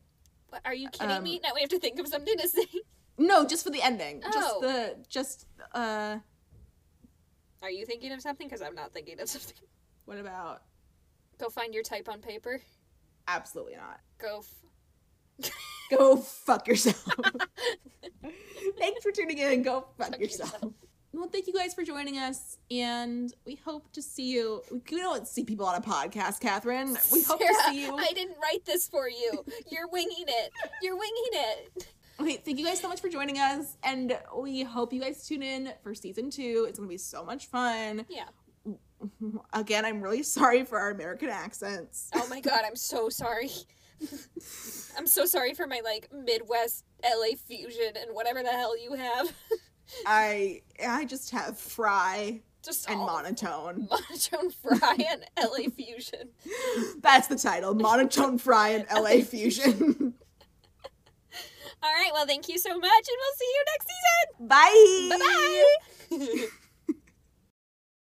B: What, are you kidding
C: Um,
B: me? Now we have to think of something to say. [LAUGHS]
C: No, just for the ending. Just
B: Oh.
C: the just uh.
B: Are you thinking of something? Because I'm not thinking of something.
C: What about?
B: Go find your type on paper.
C: Absolutely not.
B: Go. F-
C: Go fuck yourself. [LAUGHS] Thanks for tuning in. Go fuck, yourself. Well, thank you guys for joining us, and we hope to see you. We don't see people on a podcast, Catherine. We hope to
B: Sarah,
C: see [LAUGHS] you.
B: I didn't write this for you. You're winging it. You're winging it.
C: Okay, thank you guys so much for joining us, and we hope you guys tune in for season two. It's gonna be so much fun. [LAUGHS]
B: Yeah.
C: Again, I'm really sorry for our American accents.
B: Oh my god, I'm so sorry. [LAUGHS] I'm so sorry for my like Midwest LA fusion and whatever the hell you have.
C: I I just have fry
B: Just
C: and
B: all [LAUGHS]
C: monotone.
B: monotone fry and LA fusion.
C: That's the title. Monotone fry and [LAUGHS] LA fusion.
B: All right, well, thank you so much and we'll see you next season.
C: Bye.
B: Bye-bye.